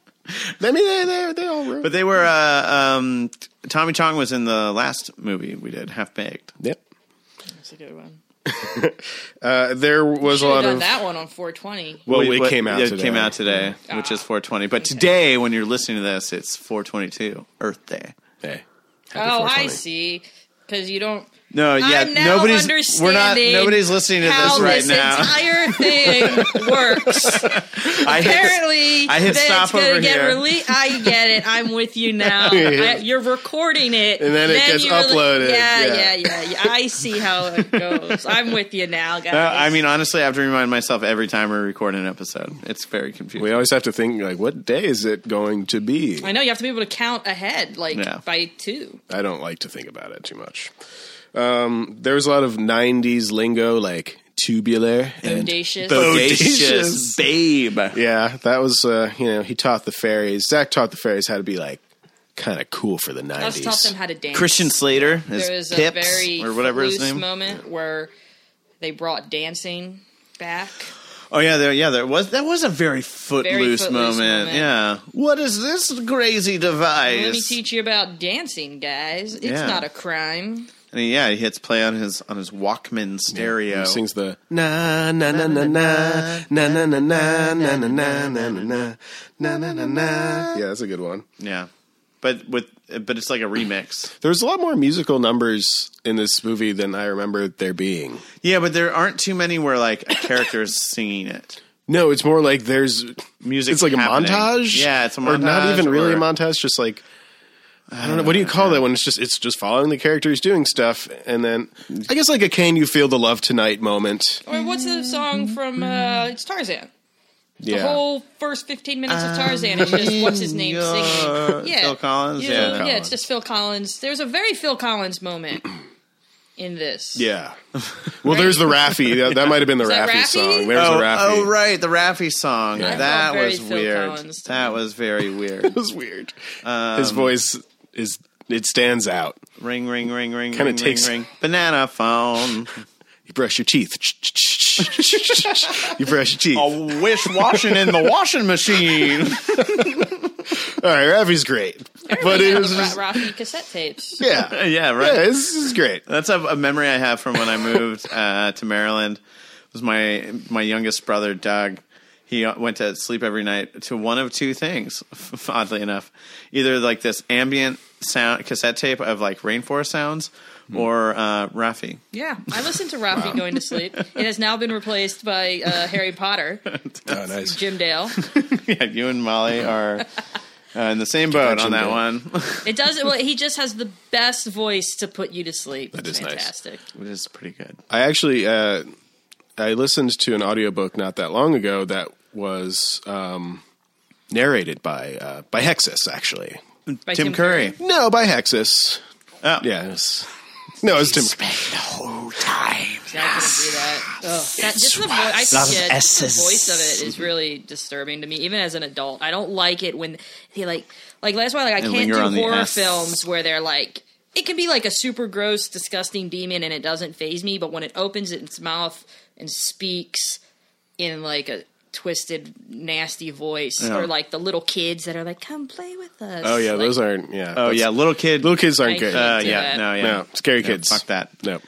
S3: I mean, they, they, they all wrote.
S1: but they were. Uh, um, Tommy Chong was in the last movie we did, Half Baked.
S3: yep.
S2: That's a good one.
S3: Uh, there was a
S2: Should have
S3: lot
S2: done
S3: of.
S2: that one on 420.
S3: Well,
S1: We-
S3: it
S1: what-
S3: came out
S1: It
S3: today.
S1: came out today, which is 420. But today, when you're listening to this, it's 422 Earth Day.
S3: Hey, happy
S2: Oh, I
S3: 420.
S2: see. Because you don't.
S1: No, yeah,
S2: I'm now
S1: nobody's
S2: understanding
S1: we're not nobody's listening to
S2: how
S1: this right
S2: this *laughs*
S1: now. *laughs*
S2: entire thing works.
S1: I hit- *laughs*
S2: Apparently,
S1: I hit
S2: then
S1: stop
S2: it's gonna
S1: over
S2: get
S1: here.
S2: rele- I get it. I'm with you
S1: *laughs*
S2: now. I- you're recording it,
S3: And then it gets
S2: you rele-
S3: uploaded.
S2: yeah,
S3: Yeah.
S2: yeah, yeah, yeah. I see
S1: *laughs*
S2: how it goes. I'm with you now, guys.
S1: No, I mean, honestly, I have to remind myself every time we record an episode. It's very confusing.
S3: We always have to think like, what day is it going to be?
S2: I know you have to be able to count ahead, like
S1: Yeah.
S2: by two.
S3: I don't like to think about it too much. Um, there was a lot of '90s lingo like tubular and
S2: Audacious.
S3: Bodacious.
S1: babe.
S3: Yeah, that was uh, you know he taught the fairies. Zach taught the fairies how to be like kind of cool for the
S2: Us taught them
S3: nineties.
S2: how to dance.
S1: Christian Slater is
S2: there was a
S1: Pips
S2: very
S1: or whatever his
S2: footloose
S1: name.
S2: moment where they brought dancing back.
S1: Oh yeah, there yeah there was that was a very footloose,
S2: footloose
S1: moment.
S2: moment.
S1: Yeah. What is this crazy device?
S2: Let me teach you about dancing, guys. It's
S1: Yeah.
S2: not a crime.
S1: And he, yeah, he hits play on his on his Walkman stereo.
S3: He sings the na na na na na na na na na na na na na na na na na na. Yeah, that's a good one.
S1: Yeah. But with but it's like a remix.
S3: There's a lot more musical numbers in this movie than I remember there being.
S1: yeah, but there aren't too many where like a character is singing it.
S3: No, it's more like there's
S1: Music.
S3: it's like a
S1: happening.
S3: montage.
S1: Yeah, it's a montage.
S3: or not even really a
S1: or- Uh,
S3: montage. Just like I don't know what do you call that when it's just it's just following the characters doing stuff, and then I guess like a "Can You Feel the Love Tonight" moment.
S2: Or what's the song from uh, it's Tarzan? The
S3: Yeah. Oh
S2: whole first fifteen minutes of Tarzan is just what's his name
S1: Yeah.
S2: singing. Yeah,
S1: Phil Collins?
S2: You-
S1: Yeah.
S2: Yeah,
S1: Phil
S2: it's just Phil Collins. There's a very Phil Collins moment in this.
S3: Yeah. Well, there's
S2: *laughs*
S3: the Raffy. That, that might have been the
S2: that
S3: Raffy,
S2: Raffi?
S3: song. There's
S1: Oh,
S3: the Raffy.
S1: oh, right, the Raffy song.
S3: Yeah. I
S1: That
S2: felt very
S1: was
S2: Phil
S1: weird.
S2: Collins to
S1: that was very weird.
S3: *laughs* It was weird. His
S1: Um,
S3: voice is it stands out.
S1: ring, ring, ring, ring.
S3: Kinda
S1: ring,
S3: takes-
S1: ring, ring. banana phone.
S3: You brush your teeth. *laughs* you brush your teeth.
S1: Oh.
S3: All
S1: wish washing in the washing machine.
S3: right, Raffy's great, but
S2: They
S3: it
S2: have
S3: was
S2: the
S3: just,
S2: Ra- Rafi cassette tapes.
S3: *laughs*
S1: *laughs*
S3: yeah,
S1: yeah, right.
S3: yeah. This is great.
S1: That's a, a memory I have from when I moved uh, to Maryland. It was my my youngest brother Doug. He uh, went to sleep every night to one of two things, *laughs* oddly enough, either like this ambient sound cassette tape of like rainforest sounds, or uh, *laughs* Rafi.
S2: Yeah, I listened to Rafi going to sleep. It has now been replaced by uh, Harry Potter,
S3: Oh, nice.
S2: Jim Dale.
S1: yeah, you and Molly are Uh, in the same boat on that
S3: Convention boat.
S1: one. *laughs*
S2: It does. Well, he just has the best voice to put you to sleep. That
S3: is nice.
S2: fantastic.
S1: it is pretty good.
S3: I actually uh, I listened to an audiobook not that long ago that was um, narrated by uh, by Hexus actually.
S2: By
S1: Tim, Curry.
S3: No, by Hexus.
S1: Oh.
S3: Yeah. it was- *laughs* no, it was Tim.
S2: See, I couldn't do that. That- just the, vo- I, yeah, just the voice of it is really disturbing to me, even as an adult. I don't like it when he like like that's why like I can't
S1: linger on
S2: do
S1: the
S2: horror
S1: S.
S2: films where they're like it can be like a super gross, disgusting demon and it doesn't phase me, but when it opens its mouth and speaks in like a twisted, nasty voice,
S1: Yeah.
S2: or like the little kids that are like, "Come play with us."
S3: Oh yeah,
S2: Like,
S3: those aren't. Yeah.
S1: Oh yeah, little kid.
S3: Little kids aren't
S2: I
S3: good.
S2: can't
S1: Uh,
S2: do
S1: yeah,
S2: that.
S1: no, yeah.
S3: No, scary
S1: No,
S3: kids.
S1: Fuck that.
S3: No.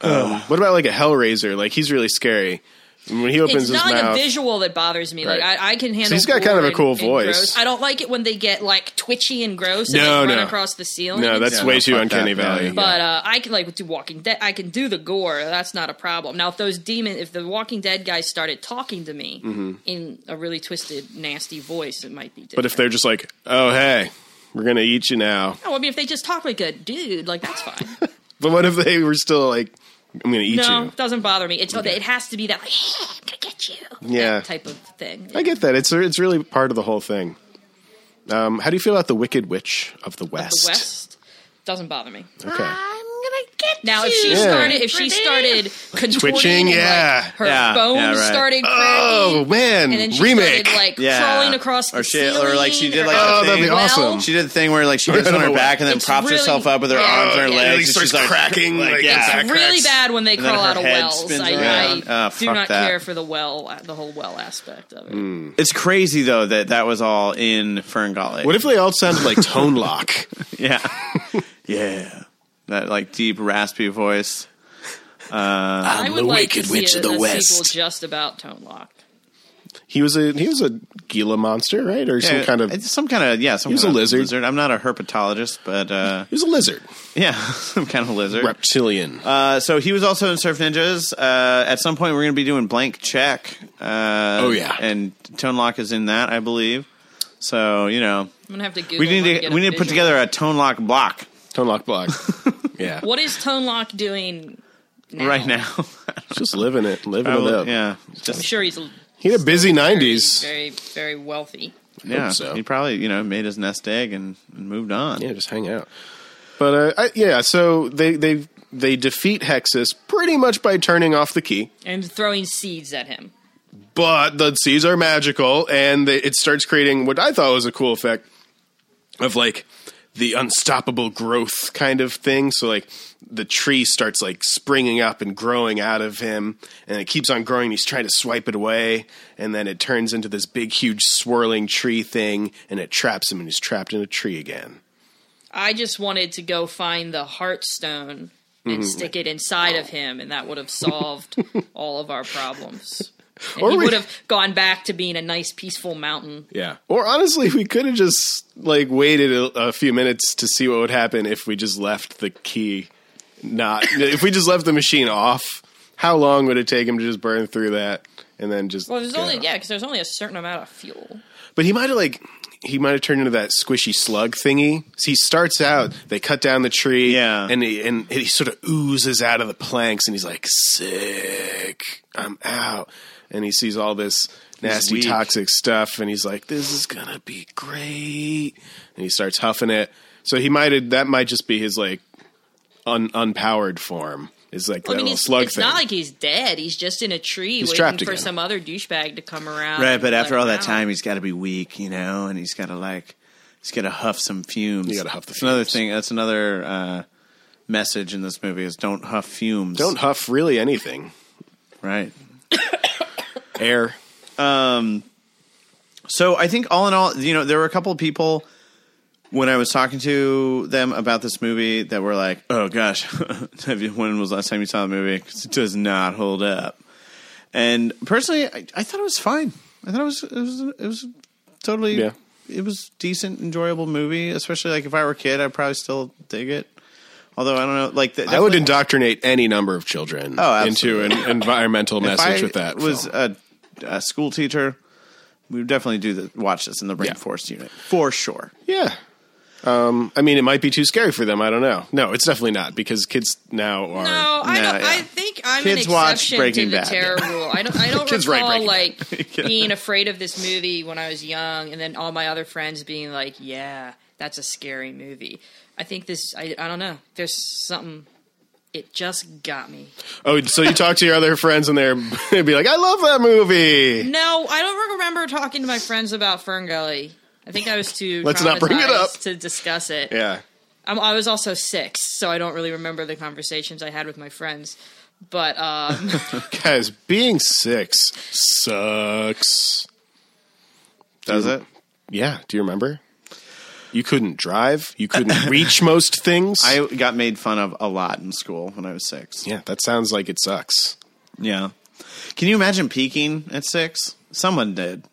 S3: Um, what about like a Hellraiser? Like he's really scary. And When he opens
S2: it's not
S3: his
S2: like
S3: mouth,
S2: a visual that bothers me.
S3: Right.
S2: Like I, I can handle.
S3: he's got kind of a
S2: gore
S3: cool
S2: and- and
S3: voice.
S2: gross. I don't like it when they get like twitchy and gross and
S3: No,
S2: like, run
S3: no.
S2: across the ceiling.
S3: no, that's
S1: Yeah,
S3: way
S1: no,
S3: too
S1: fuck
S3: uncanny
S1: that. No,
S3: valley.
S1: yeah.
S2: But uh, I can like do Walking Dead. I can do the gore. That's not a problem. Now, if those demon, if the Walking Dead guys started talking to me in a really twisted, nasty voice, it might be. Different.
S3: Mm-hmm. But if they're just like, oh hey, we're gonna eat you now.
S2: no, I mean, if they just talk like a dude, like that's
S3: *laughs*
S2: fine.
S3: But what if they were still like, I'm gonna eat
S2: no,
S3: you?
S2: it doesn't bother me. It's it has to be that like, *laughs* "Yeah, I'm gonna get you,
S3: Yeah.
S2: type of thing.
S3: I get that. It's it's really part of the whole thing. Um, how do you feel about the Wicked Witch of the West?
S2: the West Ah. doesn't bother me.
S3: Okay.
S4: I'm gonna get
S2: Now,
S4: you.
S2: if she
S3: Yeah.
S2: started, if she started contorting,
S3: twitching,
S2: and, like,
S3: yeah,
S2: her
S1: yeah,
S2: bones
S1: yeah, right.
S2: started cracking,
S3: Oh man,
S2: and then she
S3: remake.
S2: started like
S1: Yeah.
S2: crawling across the
S1: Or she-
S2: ceiling,
S1: or, like, she did, like,
S3: oh, that'd be
S2: Well,
S3: awesome.
S1: She did the thing where like
S3: *laughs*
S1: she gets on her back and then
S2: It's
S1: props
S2: really-
S1: herself up with her
S2: yeah.
S1: arms and her
S2: Yeah,
S1: legs.
S3: and
S1: and
S3: he starts
S1: she's like,
S3: cracking like,
S1: yeah.
S3: yeah,
S2: it's really bad when they
S1: And then
S2: crawl
S1: her
S2: out of
S1: head
S2: wells.
S1: spins
S2: I,
S1: around.
S2: I
S1: Oh,
S2: do
S1: fuck
S2: not
S1: that.
S2: care for the well, uh, the whole well aspect of it.
S3: Mm.
S1: It's crazy though that that was all in Ferngully.
S3: What if they all
S2: *laughs*
S3: sounded like Tone Lock?
S1: *laughs* Yeah, yeah. That like deep raspy voice.
S2: I would like to see a, a sequel just about Tone Lock.
S3: He was a he was a Gila monster, right? Or some
S1: Yeah,
S3: kind of
S1: it's
S3: he
S1: some kind of yeah. Some
S3: He was
S1: kind
S3: a
S1: of
S3: lizard.
S1: I'm not a herpetologist, but uh, *laughs*
S3: was a lizard,
S1: yeah, some kind of lizard.
S3: reptilian.
S1: Uh, so he was also in Surf Ninjas. Uh, at some point, we're going to be doing Blank Check. Uh,
S3: Oh, yeah.
S1: and Tone Lock is in that, I believe. So you know,
S2: I'm gonna have to Google.
S1: we
S2: and
S1: need
S2: get
S1: to
S2: a
S1: we need to put
S2: visual.
S1: together a Tone Lock block
S3: Tone Lock
S1: *laughs*
S3: block. yeah,
S2: What is Tone Lock doing now?
S1: right now.
S3: just living it, living
S1: I
S3: it
S1: will- *laughs*
S3: up.
S1: yeah,
S2: I'm
S1: just
S2: sure he's
S3: He had a busy nineties.
S2: very, very wealthy.
S1: yeah.
S3: so.
S1: He probably you know made his nest egg and, and moved on.
S3: Yeah, just hang out. But uh, I, yeah, so they they they defeat Hexus pretty much by turning off the key.
S2: and throwing seeds at him.
S3: but the seeds are magical and they, it starts creating what i thought was a cool effect of like the unstoppable growth kind of thing so like the tree starts like springing up and growing out of him and it keeps on growing he's trying to swipe it away and then it turns into this big huge swirling tree thing and it traps him and he's trapped in a tree again
S2: I just wanted to go find the Heartstone
S3: Mm-hmm.
S2: and stick it inside of him, and that would have
S3: *laughs*
S2: solved all of our problems. And
S3: Or
S2: he
S3: we-
S2: would have gone back to being a nice, peaceful mountain.
S3: yeah or honestly we could have just like waited a, a few minutes to see what would happen if we just left the key not if we just left the machine off how long would it take him to just burn through that and then just
S2: Well, there's
S3: go?
S2: only yeah, because there's only a certain amount of fuel.
S3: but he might have like he might have turned into that squishy slug thingy so he starts out they cut down the tree
S1: Yeah.
S3: and he, and he sort of oozes out of the planks and he's like sick i'm out and he sees all this nasty
S1: weak.
S3: toxic stuff and he's like this is gonna be great and he starts huffing it so he might have that might just be his like un, unpowered form is like
S2: I
S3: that
S2: mean,
S3: little
S2: it's,
S3: slug
S2: it's
S3: thing
S2: not like he's dead. He's just in a tree waiting
S3: trapped
S2: for
S3: again.
S2: some other douchebag to come around.
S1: Right,
S2: and
S1: but
S2: let
S1: after all
S2: him
S1: that
S2: out.
S1: time, he's got to be weak, you know, and he's got to like, he's got to huff some fumes.
S3: You gotta huff the
S1: That's another
S3: fumes.
S1: thing. That's another uh, message in this movie is don't huff fumes.
S3: don't huff really anything
S1: right.
S3: air
S1: So I think all in all, you know, there were a couple of people when I was talking to them about this movie that were like, "Oh gosh, *laughs* have you, when was the last time you saw the movie? 'Cause it does not hold up." And personally, I, I thought it was fine. I thought it was it was it was totally
S3: Yeah.
S1: it was decent, enjoyable movie. Especially like if I were a kid, I'd probably still dig it. Although I don't know, like the,
S3: I would indoctrinate any number of children
S1: Oh,
S3: into
S1: *laughs* absolutely.
S3: an environmental
S1: if
S3: message
S1: I
S3: with that.
S1: was
S3: film.
S1: a, a school teacher We would definitely do the watch this in the rainforest unit for sure.
S3: Yeah. Um, I mean, it might be too scary for them. I don't know. No, it's definitely not because kids now are.
S2: No, I
S1: Nah,
S2: don't.
S1: yeah.
S2: I think I'm
S1: Kids
S2: an
S1: watch
S2: exception
S1: Breaking
S2: to the
S1: Bad.
S2: terror rule. I
S3: *laughs*
S2: don't. I don't
S3: Kids write
S2: recall
S3: Breaking *laughs*
S2: like being afraid of this movie when I was young, and then all my other friends being like, "Yeah, that's a scary movie." I think this. I, I don't know. There's something. It just got me.
S3: Oh, so you talk to your other friends and they're *laughs* they'd be like, "I love that movie."
S2: No, I don't remember talking to my friends about Fern Gully. I think I was too.
S3: Let's not bring it up.
S2: traumatized to discuss it.
S3: Yeah.
S2: I'm, I was also six, so I don't really remember the conversations I had with my friends. But um,
S3: Guys, being six sucks.
S1: Does it?
S3: Yeah. Do you remember? You couldn't drive.
S1: *laughs*
S3: You couldn't reach most things.
S1: I got made fun of a lot in school when I was six.
S3: yeah, that sounds like it sucks.
S1: Yeah. Can you imagine peaking at six? Someone did.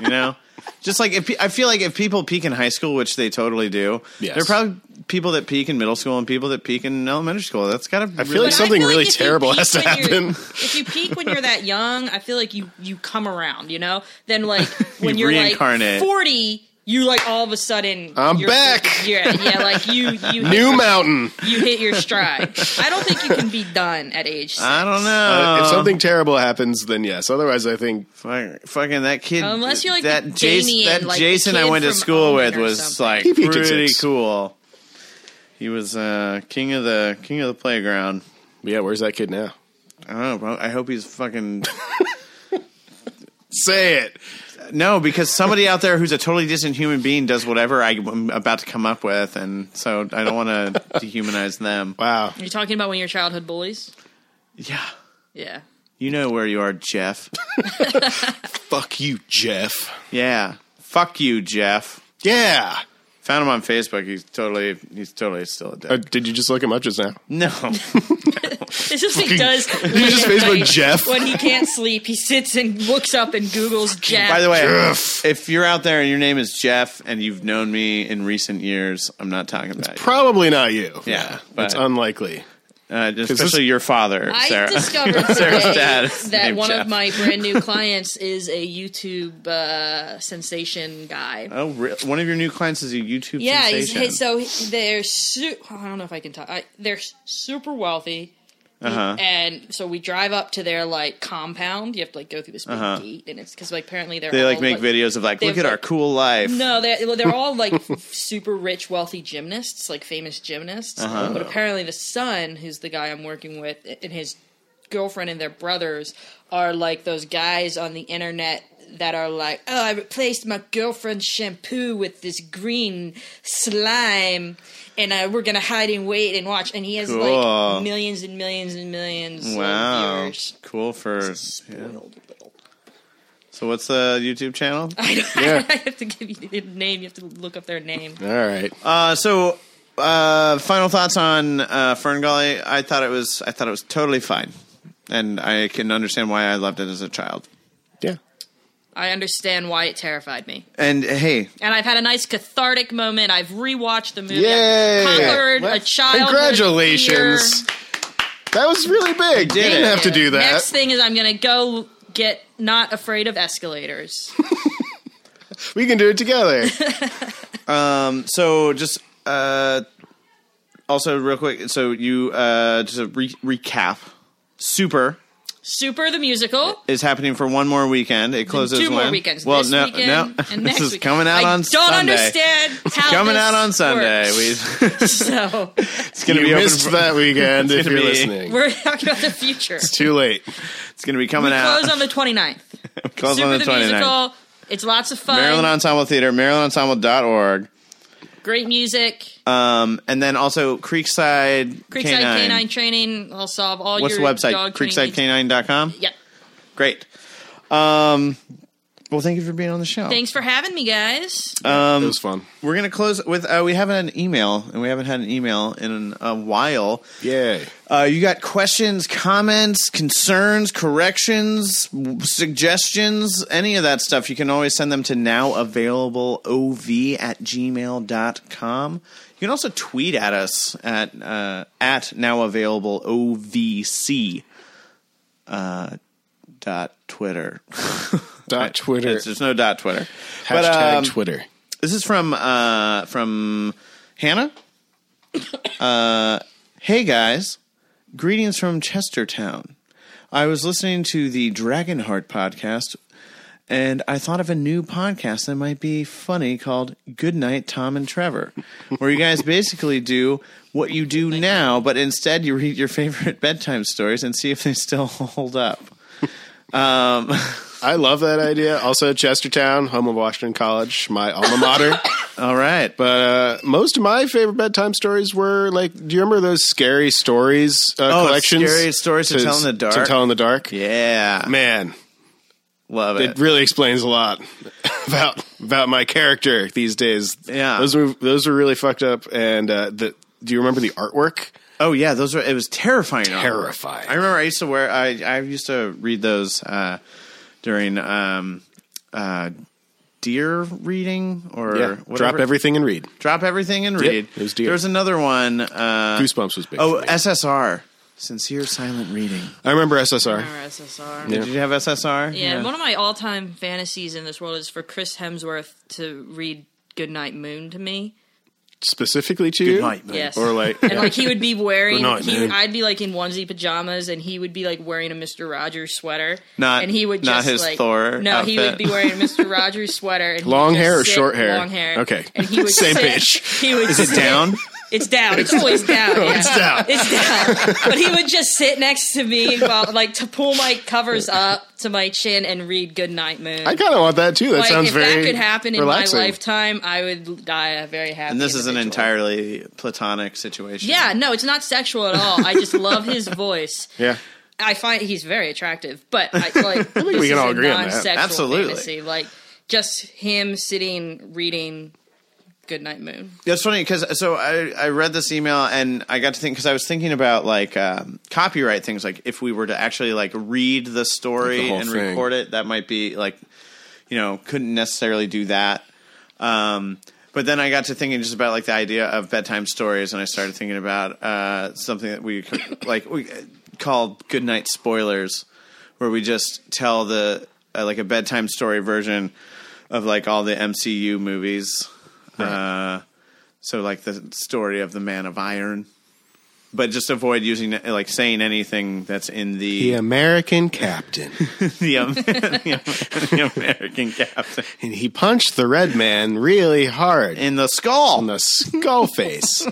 S1: you
S3: *laughs*
S1: know? Just like if pe- I feel like if people peak in high school, which they totally do,
S3: Yes.
S1: there are probably people that peak in middle school and people that peak in elementary school. That's got to. I
S3: feel
S2: But
S3: like
S2: I
S3: something
S2: feel
S3: really
S2: if you
S3: terrible
S2: peak
S3: has to
S2: when you're-
S3: happen.
S2: If you peak when you're that young, I feel like you you come around, you know. Then
S3: *laughs*
S2: like when
S1: You
S2: are
S1: reincarnate.
S2: like forty, you like all of a sudden
S3: I'm
S2: you're-
S3: back.
S2: *laughs* Yeah, yeah. Like you you
S3: *laughs* New mountain.
S2: you hit your stride. I don't think you can be done at age. Six.
S1: I don't know.
S3: Uh, if something terrible happens, then yes. Otherwise, I think
S1: Fuck- fucking that kid.
S2: Unless you're, like, the
S1: that Jason,
S2: Damien,
S1: that
S2: like, the
S1: Jason I
S2: kid
S1: went to
S2: from
S1: school
S2: Omen
S1: with
S2: or
S1: was
S2: something.
S1: like
S3: He peaked at
S1: pretty
S3: six.
S1: cool. He was uh, king of the king of the playground.
S3: yeah. Where's that kid now?
S1: I don't know, bro. Oh, I hope he's fucking
S3: Say it.
S1: no, because somebody out there who's a totally distant human being does whatever I- I'm about to come up with, and so I don't
S3: *laughs*
S1: want to dehumanize them.
S3: Wow.
S2: You're talking about when your childhood bullies.
S1: Yeah,
S2: Yeah. *laughs*
S1: you know where you are, Jeff.
S3: Fuck you, Jeff.
S1: Yeah, fuck you, Jeff.
S3: Yeah.
S1: Found him on Facebook. He's totally, he's totally still a dick.
S3: Uh, did you just look him up just now? *laughs*
S1: no,
S2: This is what he does.
S3: You just Facebook Jeff.
S2: When he can't sleep, he sits and looks up and Googles Jeff.
S1: By the way,
S3: Jeff.
S1: if you're out there and your name is Jeff and you've known me in recent years, I'm not talking about you.
S3: Probably not you.
S1: Yeah,
S3: It's
S1: but
S3: unlikely.
S1: uh, especially your father,
S2: I
S1: Sarah. *laughs*
S2: discovered today
S1: dad is
S2: that
S1: named
S2: one
S1: Jeff.
S2: of my brand
S1: *laughs*
S2: new clients is a YouTube uh, sensation guy.
S1: oh, re- one of your new clients is a YouTube
S2: yeah, he's,
S1: sensation.
S2: hey, so they're su- I don't know if I can talk. I, they're super wealthy,
S1: uh-huh.
S2: and so we drive up to their like compound. You have to like go through this big gate, and it's because like apparently they're
S1: Uh-huh. They like
S2: all,
S1: make videos of like,
S2: Oh, they
S1: look
S2: have,
S1: at our
S2: like-
S1: cool life.
S2: No, they're well, they're all like *laughs* f- super rich, wealthy gymnasts, like famous gymnasts.
S1: Uh-huh.
S2: But apparently, the son, who's the guy I'm working with, a- and his girlfriend and their brothers are like those guys on the internet that are like, "Oh, I replaced my girlfriend's shampoo with this green slime." And uh, we're gonna hide and wait and watch. And he has
S1: Cool.
S2: like millions and millions and millions of
S1: wow,
S2: viewers. *laughs*
S1: cool for.
S2: Spoiled little.
S1: So what's the YouTube channel?
S3: Yeah.
S2: *laughs* I have to give you the name. You have to look up their name.
S3: All right.
S1: Uh, so uh, final thoughts on uh, Fern Gully. I thought it was I thought it was totally fine, and I can understand why I loved it as a child.
S3: yeah.
S2: I understand why it terrified me.
S1: And hey,
S2: And I've had a nice cathartic moment. I've rewatched the movie.
S3: Yay!
S2: I've conquered a child.
S3: Congratulations. That was really big. You
S1: did
S3: didn't
S1: it.
S3: have to do that.
S2: Next thing is I'm going to go get not afraid
S1: *laughs*
S2: of escalators.
S3: we can do it together.
S1: so just uh, also real quick. So you uh, just a re- recap. Super
S2: Super the musical.
S1: is happening for one more weekend. It closes
S2: Two more
S1: when?
S2: weekends.
S1: Well,
S2: this
S1: no,
S2: weekend
S1: no. *laughs*
S2: and
S1: this
S2: next
S1: is
S2: weekend.
S1: coming out
S2: I
S1: on
S2: don't
S1: Sunday.
S2: understand how
S1: Coming
S2: this
S1: out on Sunday.
S2: works.
S1: We,
S2: *laughs* so
S1: *laughs* it's going to
S3: you
S1: be open
S3: missed
S1: for, *laughs*
S3: that weekend if
S1: gonna
S3: you're
S1: be-
S3: listening.
S2: we're talking about the future.
S3: It's too late.
S1: It's going to be coming out.
S2: Close on the 29th.
S1: *laughs* Close
S2: Super
S1: on the
S2: the
S1: 29th.
S2: musical. It's lots of fun.
S1: Maryland Ensemble Theater, MarylandEnsemble.org.
S2: Great music.
S1: Um, and then also Creekside
S2: Creekside
S1: Canine.
S2: canine. training. I'll solve all
S1: What's the
S2: your
S1: website?
S2: dog training needs.
S1: CreeksideCanine.com.
S2: Yep.
S1: Great. Um, well, thank you for being on the show.
S2: Thanks for having me, guys.
S1: Um,
S3: it was fun.
S1: We're gonna close with uh, we have an email, and we haven't had an email in a while.
S3: Yay.
S1: Uh, you got questions, comments, concerns, corrections, w- suggestions, any of that stuff, you can always send them to nowavailableov at gmail.com. You can also tweet at us at, uh, at nowavailablevc uh, dot Twitter.
S3: Dot Twitter.
S1: It's- there's no dot Twitter.
S3: Hashtag
S1: But, um,
S3: Twitter.
S1: This is from uh, from Hannah. Uh, hey guys, greetings from Chestertown. I was listening to the Dragonheart podcast, and I thought of a new podcast that might be funny called "Goodnight Tom and Trevor," where you guys basically do what you do now, but instead you read your favorite bedtime stories and see if they still *laughs* hold up.
S3: I love that idea. Also, Chestertown, home of Washington College, my
S1: *laughs*
S3: alma mater.
S1: All right, but
S3: But uh, most of my favorite bedtime stories were like, do you remember those scary stories uh,
S1: Oh,
S3: collections?
S1: Scary Stories to Tell in the Dark.
S3: To tell in the dark.
S1: yeah,
S3: Man,
S1: love it.
S3: it really explains a lot *laughs* about about my character these days.
S1: Yeah.
S3: those were those were really fucked up. And uh, the do you remember the artwork?
S1: Oh yeah, those were. It was terrifying. artwork.
S3: Terrifying.
S1: I remember I used to wear. I I used to read those uh, during um, uh, deer reading or whatever.
S3: drop everything and read.
S1: Drop everything and read.
S3: it was deer.
S1: There was another one. Uh,
S3: Goosebumps was big.
S1: oh,
S3: for me.
S1: SSR. Sincere silent reading.
S3: I remember SSR.
S2: Or SSR.
S3: Yeah.
S2: Yeah.
S1: Did you have SSR?
S2: one of my all-time fantasies in this world is for Chris Hemsworth to read "Goodnight Moon" to me.
S3: specifically to you.
S1: Good night, man.
S2: Yes,
S1: *laughs*
S3: Or like,
S2: and like he would be wearing,
S3: Goodnight
S2: he,
S3: Moon.
S2: I'd be like in onesie pajamas, and he would be like wearing a Mister Rogers sweater.
S1: Not-
S2: and he would
S1: not
S2: just
S1: his
S2: like
S1: Thor
S2: no, he would
S1: outfit.
S2: be wearing a
S3: *laughs*
S2: Mister Rogers sweater. And he would
S3: Long
S2: just
S3: hair or
S2: sit-
S3: short hair?
S2: Long hair.
S3: Okay.
S2: and he would
S3: Same
S2: sit-
S3: page.
S2: He would
S1: Is it
S2: sit-
S1: down?
S2: It's down. It's
S3: *laughs*
S2: always down. yeah.
S3: Oh, it's down.
S2: It's *laughs* down. But he would just sit next to me, while, like to pull my covers up to my chin and read "Goodnight Moon."
S3: I kind of want that too. That
S2: like
S3: sounds
S2: if
S3: very
S2: that could happen in
S3: relaxing.
S2: my lifetime, I would die a very happy.
S1: and this is an
S2: individual.
S1: entirely platonic situation.
S2: Yeah, no, it's not sexual at all. I just love
S3: *laughs*
S2: his voice.
S3: Yeah,
S2: I find he's very attractive, but I like.
S3: *laughs*
S2: I think
S3: we can all agree on that.
S2: non-sexual
S1: Absolutely.
S2: fantasy. Like just him sitting reading "Goodnight Moon."
S1: That's funny because so I, I read this email and I got to think because I was thinking about like um, copyright things like if we were to actually like read the story
S3: The whole
S1: and
S3: thing.
S1: record it that might be like you know couldn't necessarily do that um, but then I got to thinking just about like the idea of bedtime stories and I started thinking about uh, something that we could, like we uh, called goodnight spoilers where we just tell the uh, like a bedtime story version of like all the MCU movies. Uh, so like the story of the Man of Iron, but just avoid using like saying anything that's in
S3: the
S1: the
S3: American captain,
S1: the, um, *laughs* the American captain
S3: *laughs* and he punched the red man really hard in
S1: in the skull.
S3: the skull *laughs* face.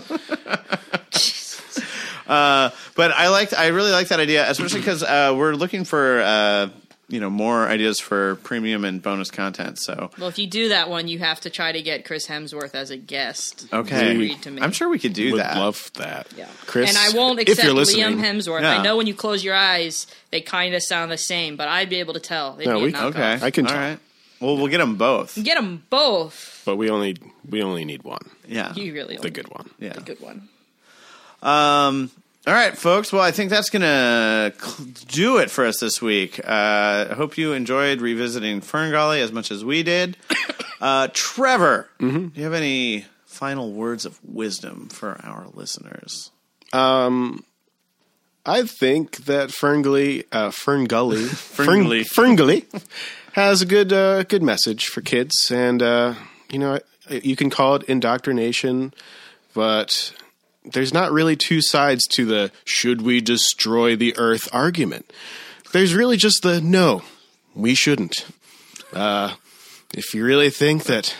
S1: Uh, But I liked, I really like that idea, especially because uh, we're looking for uh, you know more ideas for premium and bonus content. So
S2: Well, if you do that one, you have to try to get Chris Hemsworth as a guest.
S1: okay,
S2: Read to me.
S1: I'm sure we could do
S3: Would
S1: that.
S3: love that,
S2: Yeah.
S3: Chris.
S2: and I won't
S3: if
S2: accept
S3: you're
S2: Liam
S3: listening.
S2: Hemsworth.
S1: Yeah.
S2: I know when you close your eyes, they kind of sound the same, but I'd be able to tell. They'd
S3: No,
S2: be a
S3: we-
S2: knockoff.
S1: okay,
S3: I can
S1: All
S3: tell.
S1: right. Well, we'll get them both.
S2: Get them both.
S3: But we only we only need one,
S1: Yeah,
S2: You really
S3: the
S2: only
S3: good one.
S1: yeah.
S2: the good one.
S1: Um, all right, folks. Well, I think that's going to do it for us this week. Uh, I hope you enjoyed revisiting Ferngully as much as we did. Uh, Trevor, do you have any final words of wisdom for our listeners?
S3: I think that Ferngully, uh, Ferngully,
S1: Ferngully.
S3: Fern- Ferngully has a good uh, good message for kids, and uh, you know you can call it indoctrination, but there's not really two sides to the should we destroy the Earth argument. There's really just the no, we shouldn't. Uh, if you really think that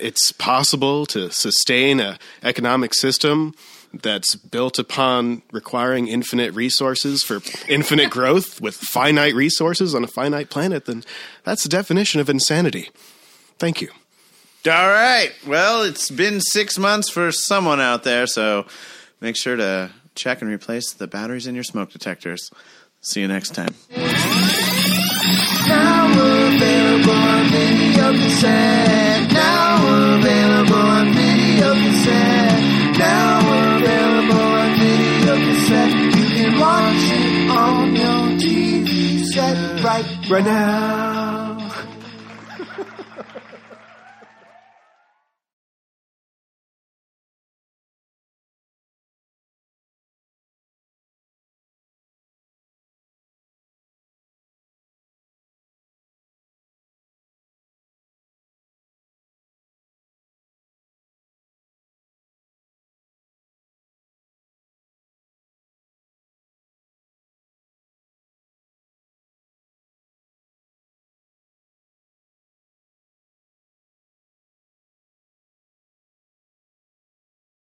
S3: it's possible to sustain a economic system that's built upon requiring infinite resources for infinite growth with finite resources on a finite planet, then that's the definition of insanity. Thank you.
S1: All right. Well, it's been six months for someone out there, so make sure to check and replace the batteries in your smoke detectors. See you next time.
S5: Now available on video cassette. Now available on video cassette. Now available on video cassette. You can watch it on your TV set right, right now.